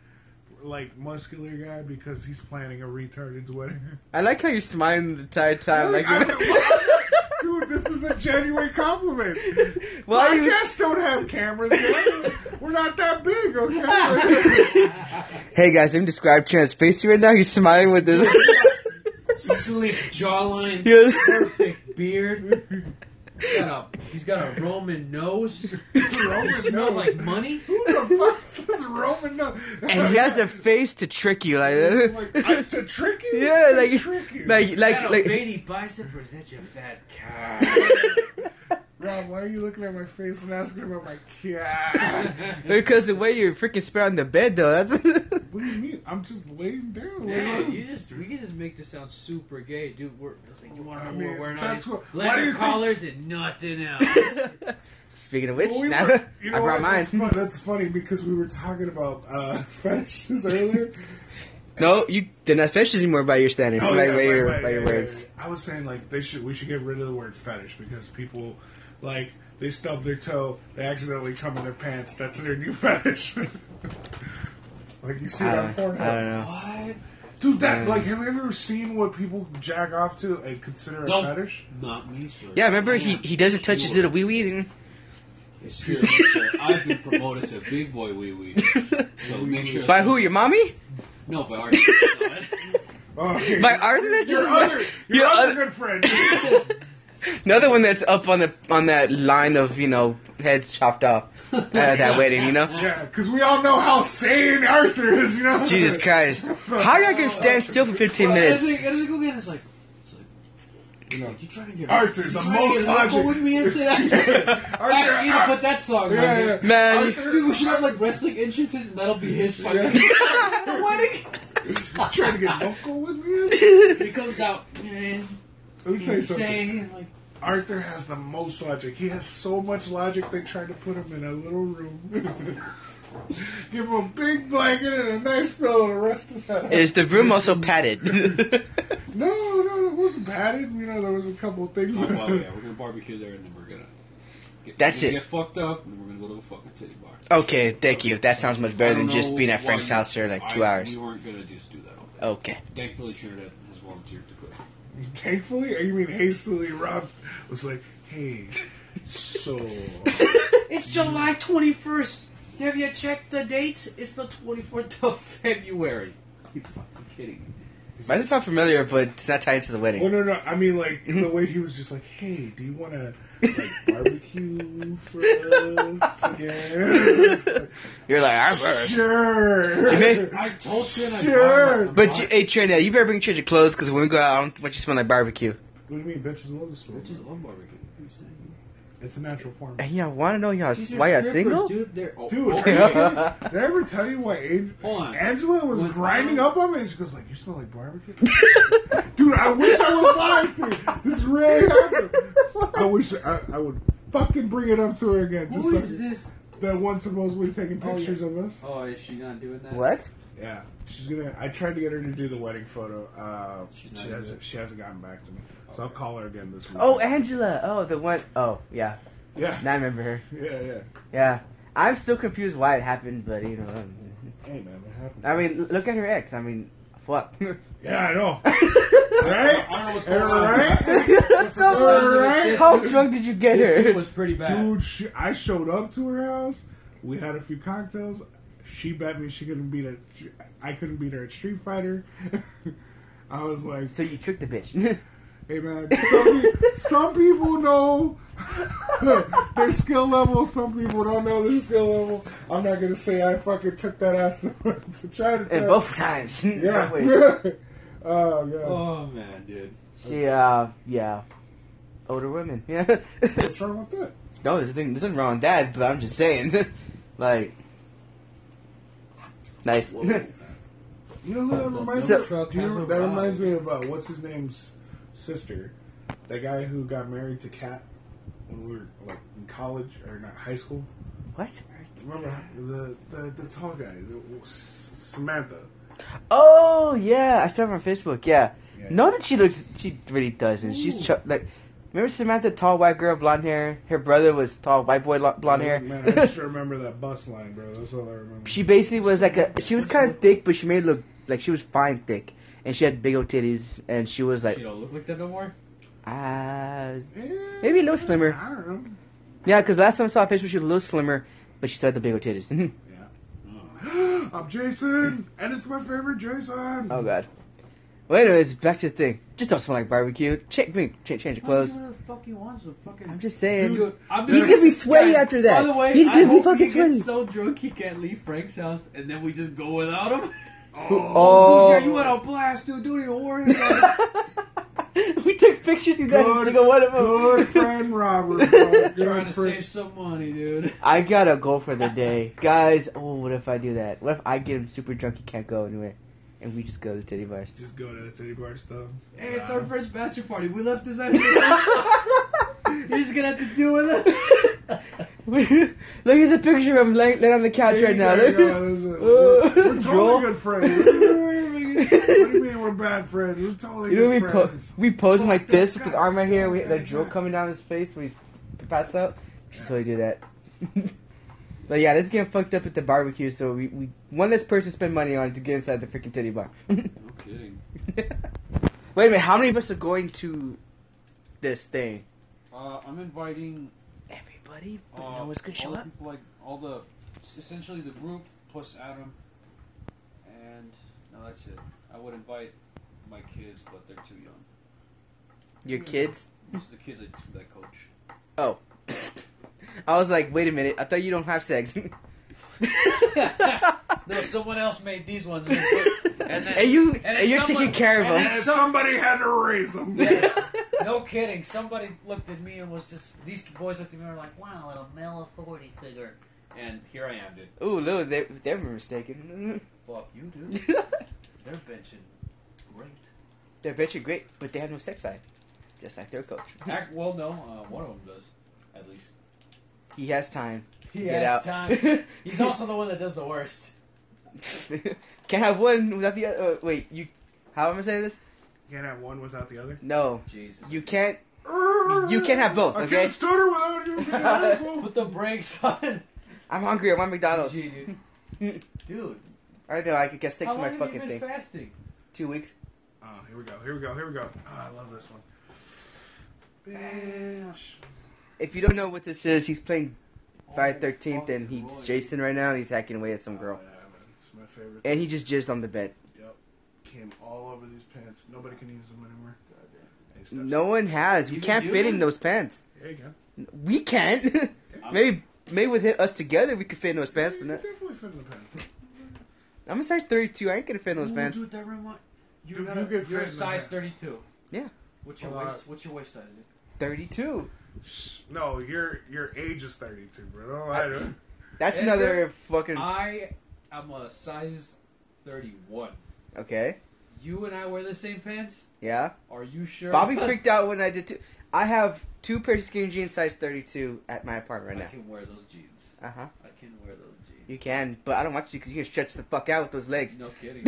like muscular guy because he's planning a retarded wedding. I like how you're smiling the entire time. Like, I- you're- I- dude, this is a genuine compliment. Well, he was- Podcasts don't have cameras. man. We're not that big, okay? hey guys, let me describe Trent's face right now. He's smiling with this. slick jawline, Yes. perfect beard. He's got a, he's got a Roman nose. Roman he smells nose. like money. Who the fuck is this Roman? No. and he has a face to trick you, Oh like. like, I, to trick you. Yeah, To like- trick you. Like, got like, a like, veiny bicep, or is that your fat cock? Rob, why are you looking at my face and asking about my cat? because the way you're freaking spread on the bed, though, that's. what do you mean? I'm just laying down. Like, Man, I'm- you just we can just make this sound super gay, dude. We're it's like, you want to know I what mean, we're wearing? that's on what- why do leather you think- collars and nothing else. Speaking of which, Well, we now, were- you know I brought what? That's, mine. fun- that's funny because we were talking about uh, fetishes earlier. No, you did not finish anymore by your standard, Oh, by, yeah, by right, your, right, by your yeah, yeah, words. yeah. I was saying like they should we should get rid of the word fetish because people like they stub their toe, they accidentally come in their pants. That's their new fetish. like you see it on I, don't, I don't Pornhub. know. what? Dude, that like have you ever seen what people jack off to and consider a No. fetish? Not me, sir. Yeah, remember he, he doesn't touch his little wee wee. Excuse me, sir. I've been promoted to big boy wee wee. So make sure. By who? Your mommy? No, by Archie. Oh, By Arthur? That your just other, your your other other- good friend. another one that's up on the on that line of you know heads chopped off at that wedding. You know, yeah, because we all know how sane Arthur is. You know, Oh, Jesus Christ, how y'all gonna stand still for 15 Well, minutes? As I, as I go in, it's like, it's like, You know. you trying to get Arthur, you the trying to most get local logic- with me and say that's ask me to put that song on. Yeah, yeah. here. Man. Arthur- Dude, we should have like wrestling entrances, and that'll be his fucking wedding. You trying to get vocal with me? He comes out, man. Let me tell you He's something. saying like, Arthur has the most logic. He has so much logic they tried to put him in a little room. Give him a big blanket and a nice pillow to rest his head on. Is the room also padded? No, no, it wasn't padded. You know, there was a couple of things. oh, well, yeah, we're gonna barbecue there, and then we're gonna. Get, That's we're gonna it. Get fucked up, and then we're gonna go to a fucking titty bar. okay, thank you. That sounds much better I than don't just know being at why Frank's you- house for like two I- hours. We weren't gonna just do that all day. Okay. Thankfully, Trinidad has volunteered to cook. Thankfully, you mean hastily, Rob was like, hey, so. It's July twenty first. Have you checked the date? It's the twenty fourth of February. You fucking kidding me? Might just sound familiar, but it's not tied to the wedding. Well, no, no. I mean, like the way he was just like, "Hey, do you want to like barbecue for us again?" You're like, "Ah, I'm first. sure. You may- I told you. and I Sure. bought it. But you, hey, Trinidad, you better bring change of clothes because when we go out, I don't want you to smell like barbecue. What do you mean, bitches love the smoke? Bitches love barbecue. What are you saying? It's a natural form. And y'all want to know y'all These are why y'all strippers, single? Dude, they're oh, Dude, okay. did I ever tell you why Ang- Hold on. Angela was What- grinding up on me? And she goes like, "You smell like barbecue." Dude, I wish I was lying to you. This really happened. I wish I, I would fucking bring it up to her again. Just Who is like this? that one supposedly taking Oh, yeah. pictures of us. Oh, is she not doing that? What? Yeah, she's gonna. I tried to get her to do the wedding photo. Uh, She's she not hasn't. She hasn't gotten back to me. So I'll call her again this week. Oh, eh. Angela. Oh, the one oh yeah. yeah, Now I remember her. yeah, yeah. Yeah. I'm still confused why it happened, but you know. um, Hey man, what happened? I mean, l- look at her ex. I mean, fuck. Yeah, I know. I Right? don't know what's going on. right? That's so Alright. How drunk did you get This dude her? was pretty bad. Dude, she, I showed up to her house. We had a few cocktails. She bet me she couldn't beat her. I couldn't beat her at Street Fighter. I was like, So you tricked the bitch. hey man, some, pe- some people know their skill level. Some people don't know their skill level. I'm not gonna say I fucking took that ass to, to try to. and both times. Yeah. Both ways. oh god. Oh man, dude. She, uh, yeah. Older women, yeah. What's wrong with that? no, there's nothing, there's nothing wrong with that, but I'm just saying. like, nice. Whoa. You know who that The reminds dump me? truck do you- has that arrived. reminds me of uh, what's his name's sister, that guy who got married to Kat when we were like in college or not high school. what? Remember hi- the the, the tall guy, the, S- Samantha. Oh, yeah, I saw her on Facebook, yeah. Yeah. No, that she looks, she really doesn't. She's, ch- like, remember Samantha, tall white girl, blonde hair? Her brother was tall white boy, lo- blonde Man, I hair. just remember that bus line, bro. That's all I remember. she basically was like a, she was kind of thick, but she made it look like she was fine thick. And she had big old titties, and she was She like, don't look like that no more. ah, Yeah, maybe a little slimmer. I don't know. Yeah, because last time I saw a picture, she was a little slimmer, but she still had the bigger titties. Oh. Yeah. I'm Jason, and it's my favorite Jason. oh god. Well, anyways, back to the thing. Just don't smell like barbecue. Change, change, change your clothes. Whatever the fuck you want, so fucking. I'm just saying. Dude, I'm He's gonna be sweaty after that. By the way, He's gonna I be hope fucking he sweaty. Gets so drunk he can't leave Frank's house, and then we just go without him. Oh. dude, yeah, you went on blast, dude. Don't even worry. About it. we took pictures. He's not a Good- single one of them. Good friend Robert. Bro. Good Trying to friend. save some money, dude. I got a goal for the day, guys. Oh, what if I do that? What if I get him super drunk? He can't go anywhere, and we just go to titty bars. Just go to the titty bar stuff. Hey, it's our French bachelor party. We left his ass. You're just gonna have to deal with us. Look, here's a picture of him laying, laying on the couch right now. There you go, Look. this is- Uh, we're, we're Joel. totally good friends. what do you mean we're bad friends? We're totally You know we good po- friends. we pose him Fuck like that this with his guy. arm right here. We Fuck the that drill guy. coming down his face when he's passed out. We should totally do that. but yeah, this getting fucked up at the barbecue. So we, we one less person to spend money on to get inside the freaking titty bar. Wait No kidding. a minute, how many of us are going to this thing? Uh, I'm inviting Everybody, uh, but no one's gonna all show the up. people, like all the essentially the group plus Adam, and no, that's it. I would invite my kids, but they're too young. Your kids. These are the kids I, that coach. Oh, I was like, wait a minute. I thought you don't have sex. No, someone else made these ones. and, then- you and and, then you're someone- taking care of and them. then And somebody had to raise them. Yes. no kidding. Somebody looked at me and was just these boys looked at me and were like, "Wow, little male authority figure." And here I am, dude. Ooh, no, they they were mistaken. Fuck you, dude. They're benching. Great. They're bitch and great, but they have no sex life, just like their coach. Act, well, no, uh, one of them does, at least. He has time. He Get has out. time. He's also the one that does the worst. Can't have one without the other. Uh, wait, you? How am I saying this? Can't have one without the other. No, Jesus. you can't. You can't have both. I Okay, can't stutter without you, you asshole. Put the brakes on. I'm hungry. I want McDonald's. GG, dude. dude, I know I could get stick how to long my have fucking you thing. been fasting? Two weeks. Oh, here we go. Here we go. Here we go. Oh, I love this one. Bitch. If you don't know what this is, he's playing Oh, Friday Thirteenth, fucking and he's Lord. Jason right now, and he's hacking away at some girl, Oh, Uh, yeah, man. It's my favorite. and he just jizzed on the bed. yep. Came all over these pants. Nobody can use them anymore. Hey, Steph's- No one has. We Even can't you, fit in man? those pants. There you go. We can't. maybe maybe with hi- us together we could fit in those pants, but You not. definitely fit in the pants. I'm a size 32. I ain't gonna fit in those Ooh, pants. Dude, that remind- you Dude, gotta, you could you're a fit in size that. 32. Yeah. What's your Well, uh, waist? What's your waist size? dude? 32. Shh. No, your your age is 32, bro. Don't lie to him. That's Edgar, another fucking. I am a size 31. Okay. You and I wear the same pants? Yeah. Are you sure? Bobby freaked out when I did too. I have two pairs of skinny jeans, size 32, at my apartment I right can wear those jeans. now. Uh huh. I can wear those You can, but I don't want you because you can stretch the fuck out with those legs. jeans. No kidding.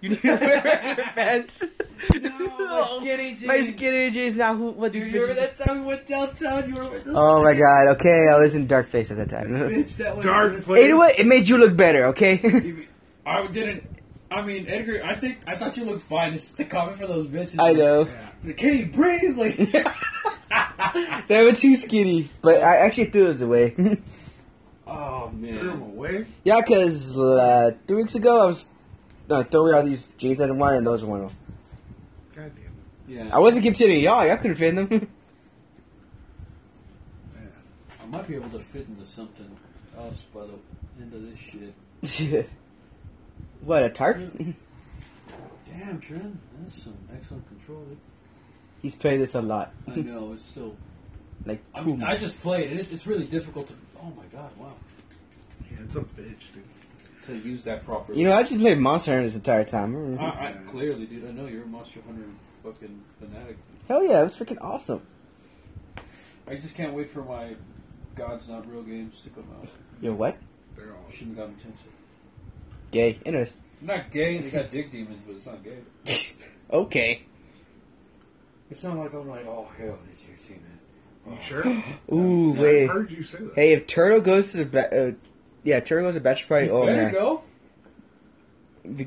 you need to wear regular pants. no, my skinny jeans. My skinny jeans now. Who? What Dude, these you remember bitches? that time we went downtown? You were with us? Oh my god. Okay, I was in dark face at that time. Bitch, that was Dark It place. Anyway, it made you look better. Okay. was- I didn't. I mean, Edgar, I think I thought you looked fine. This is the comment for those bitches. I know. Like, Can he breathe? Like, they were too skinny, but I actually threw those away. oh Threw him man. away. yeah, because uh, three weeks ago I was no, throwing all these jeans I didn't want, and those were one of them. God damn it. Yeah, I wasn't considering y'all. Y'all couldn't fit them. I might be able to fit into something else by the end of this shit. what a tarp? Damn, Trin, that's some excellent control. He's played this a lot, I know it's still. like I too mean, I much. just played, and it's, it's really difficult to. Oh my god, wow. Yeah, it's a bitch, dude. To use that properly. You know, I just played Monster Hunter this entire time. I, Mm. I, clearly, dude. I know you're a Monster Hunter fucking fanatic. Hell yeah, it was freaking awesome. I just can't wait for my God's Not Real games to come out. Yo, what? They're all. Shin Megami Tensei. Gay. Interesting. I'm not gay. They got dick demons, but it's not gay. Okay. It's not like I'm like, oh hell, did you see that? You sure? Ooh, Yeah, wait. I heard you say that. Hey, if Turtle goes to the ba- uh, yeah, Turtle goes to bachelor party. Oh Better man, go.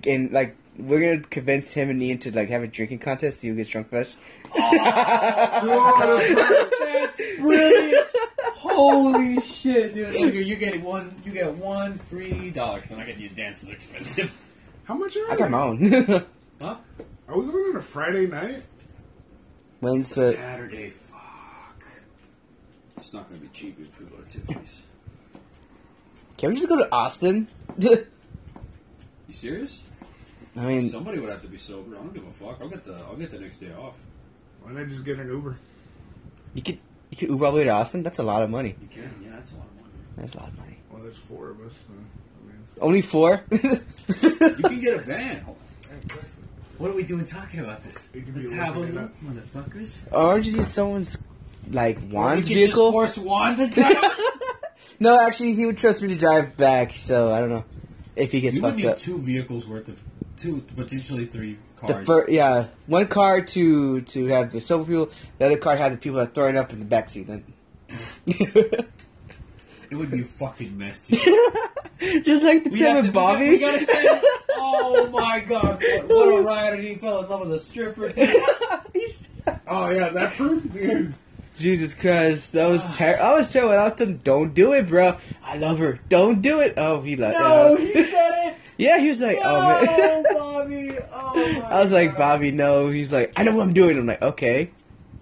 and like we're gonna convince him and Ian to like have a drinking contest. So you get drunk first. That's brilliant. Holy shit, dude! Oh, Edgar, you get one. You get one free dollar, and I get you dances are expensive. How much are I they? got my own. Huh? Are we going on a Friday night? When's the Saturday, fuck. It's not gonna be cheap if people are Tiffany's. Can we just go to Austin? You serious? I mean, Somebody would have to be sober. I don't give a fuck. I'll get the I'll get the next day off. Why not just get an Uber? you could you could Uber all the way to Austin. That's a lot of money. You can? Yeah, that's a lot of money. That's a lot of money. Well, there's four of us. So, I mean, Only four. You can get a van. What are we doing talking about this? It could be Let's a have a little look, motherfuckers. or just use someone's like Juan's we could Just vehicle. force Juan to drive. no, actually, he would trust me to drive back. So I don't know if he gets you would fucked need up. two vehicles worth of two, potentially three The cars. fir- yeah, one car to to have the sober people. The other car had the people that throw it up in the back seat. Then it would be a fucking mess. Dude. just like the We Tim have and to- Bobby. We gotta, we gotta stay. Oh my god! What, what a riot! And he fell in love with a stripper. Too. He's- oh yeah, that fruit. Yeah. Jesus Christ, that Ah. was terrible. I was terrible. I was telling him, "Don't do it, bro. I love her. Don't do it." Oh, he like No, he said it. yeah, he was like, "Oh man." No, Bobby. Oh my I was like, God. "Bobby, no." He's like, "I know what I'm doing." I'm like, "Okay,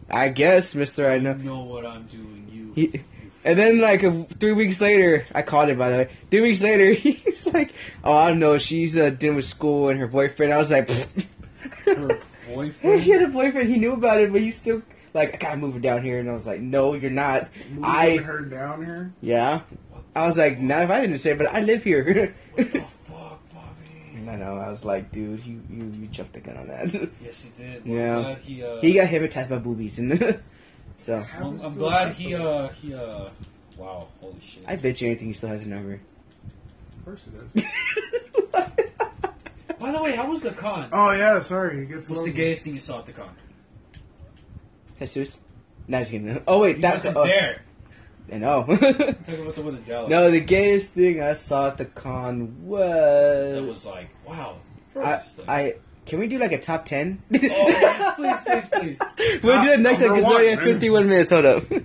I guess, Mister. I know." You know what I'm doing, you. He, and then like a, three weeks later, I called it by the way. Three weeks later, he was like, "Oh, I don't know. She's uh, dealing with school and her boyfriend." I was like, Her boyfriend. "He had a boyfriend. He knew about it, but you still like I gotta move her down here." And I was like, "No, you're not. Moving I her down here. yeah." I was like, "Not if I didn't say, it, but I live here." What the fuck, Bobby? I know. I was like, "Dude, you you, you jumped the gun on that." Yes, he did. Yeah. I'm glad he. Uh, he got hypnotized by boobies, and so I'm, I'm glad he. Uh, he. Uh, wow. Holy shit. I bet you anything he still has a number. Of course it is. By the way, how was the con? Oh yeah, sorry. It gets What's the lonely. gayest thing you saw at the con? Jesus. Not just kidding. Oh wait, You that's wasn't oh, there. I know. Talking about the one in Dallas. No, the gayest thing I saw at the con That was. was like, wow. I, First, like- I can we do like a top ten? Oh, yes, please, please, please. we'll do it next Top time because number we're already one, at man. fifty-one minutes. Hold up.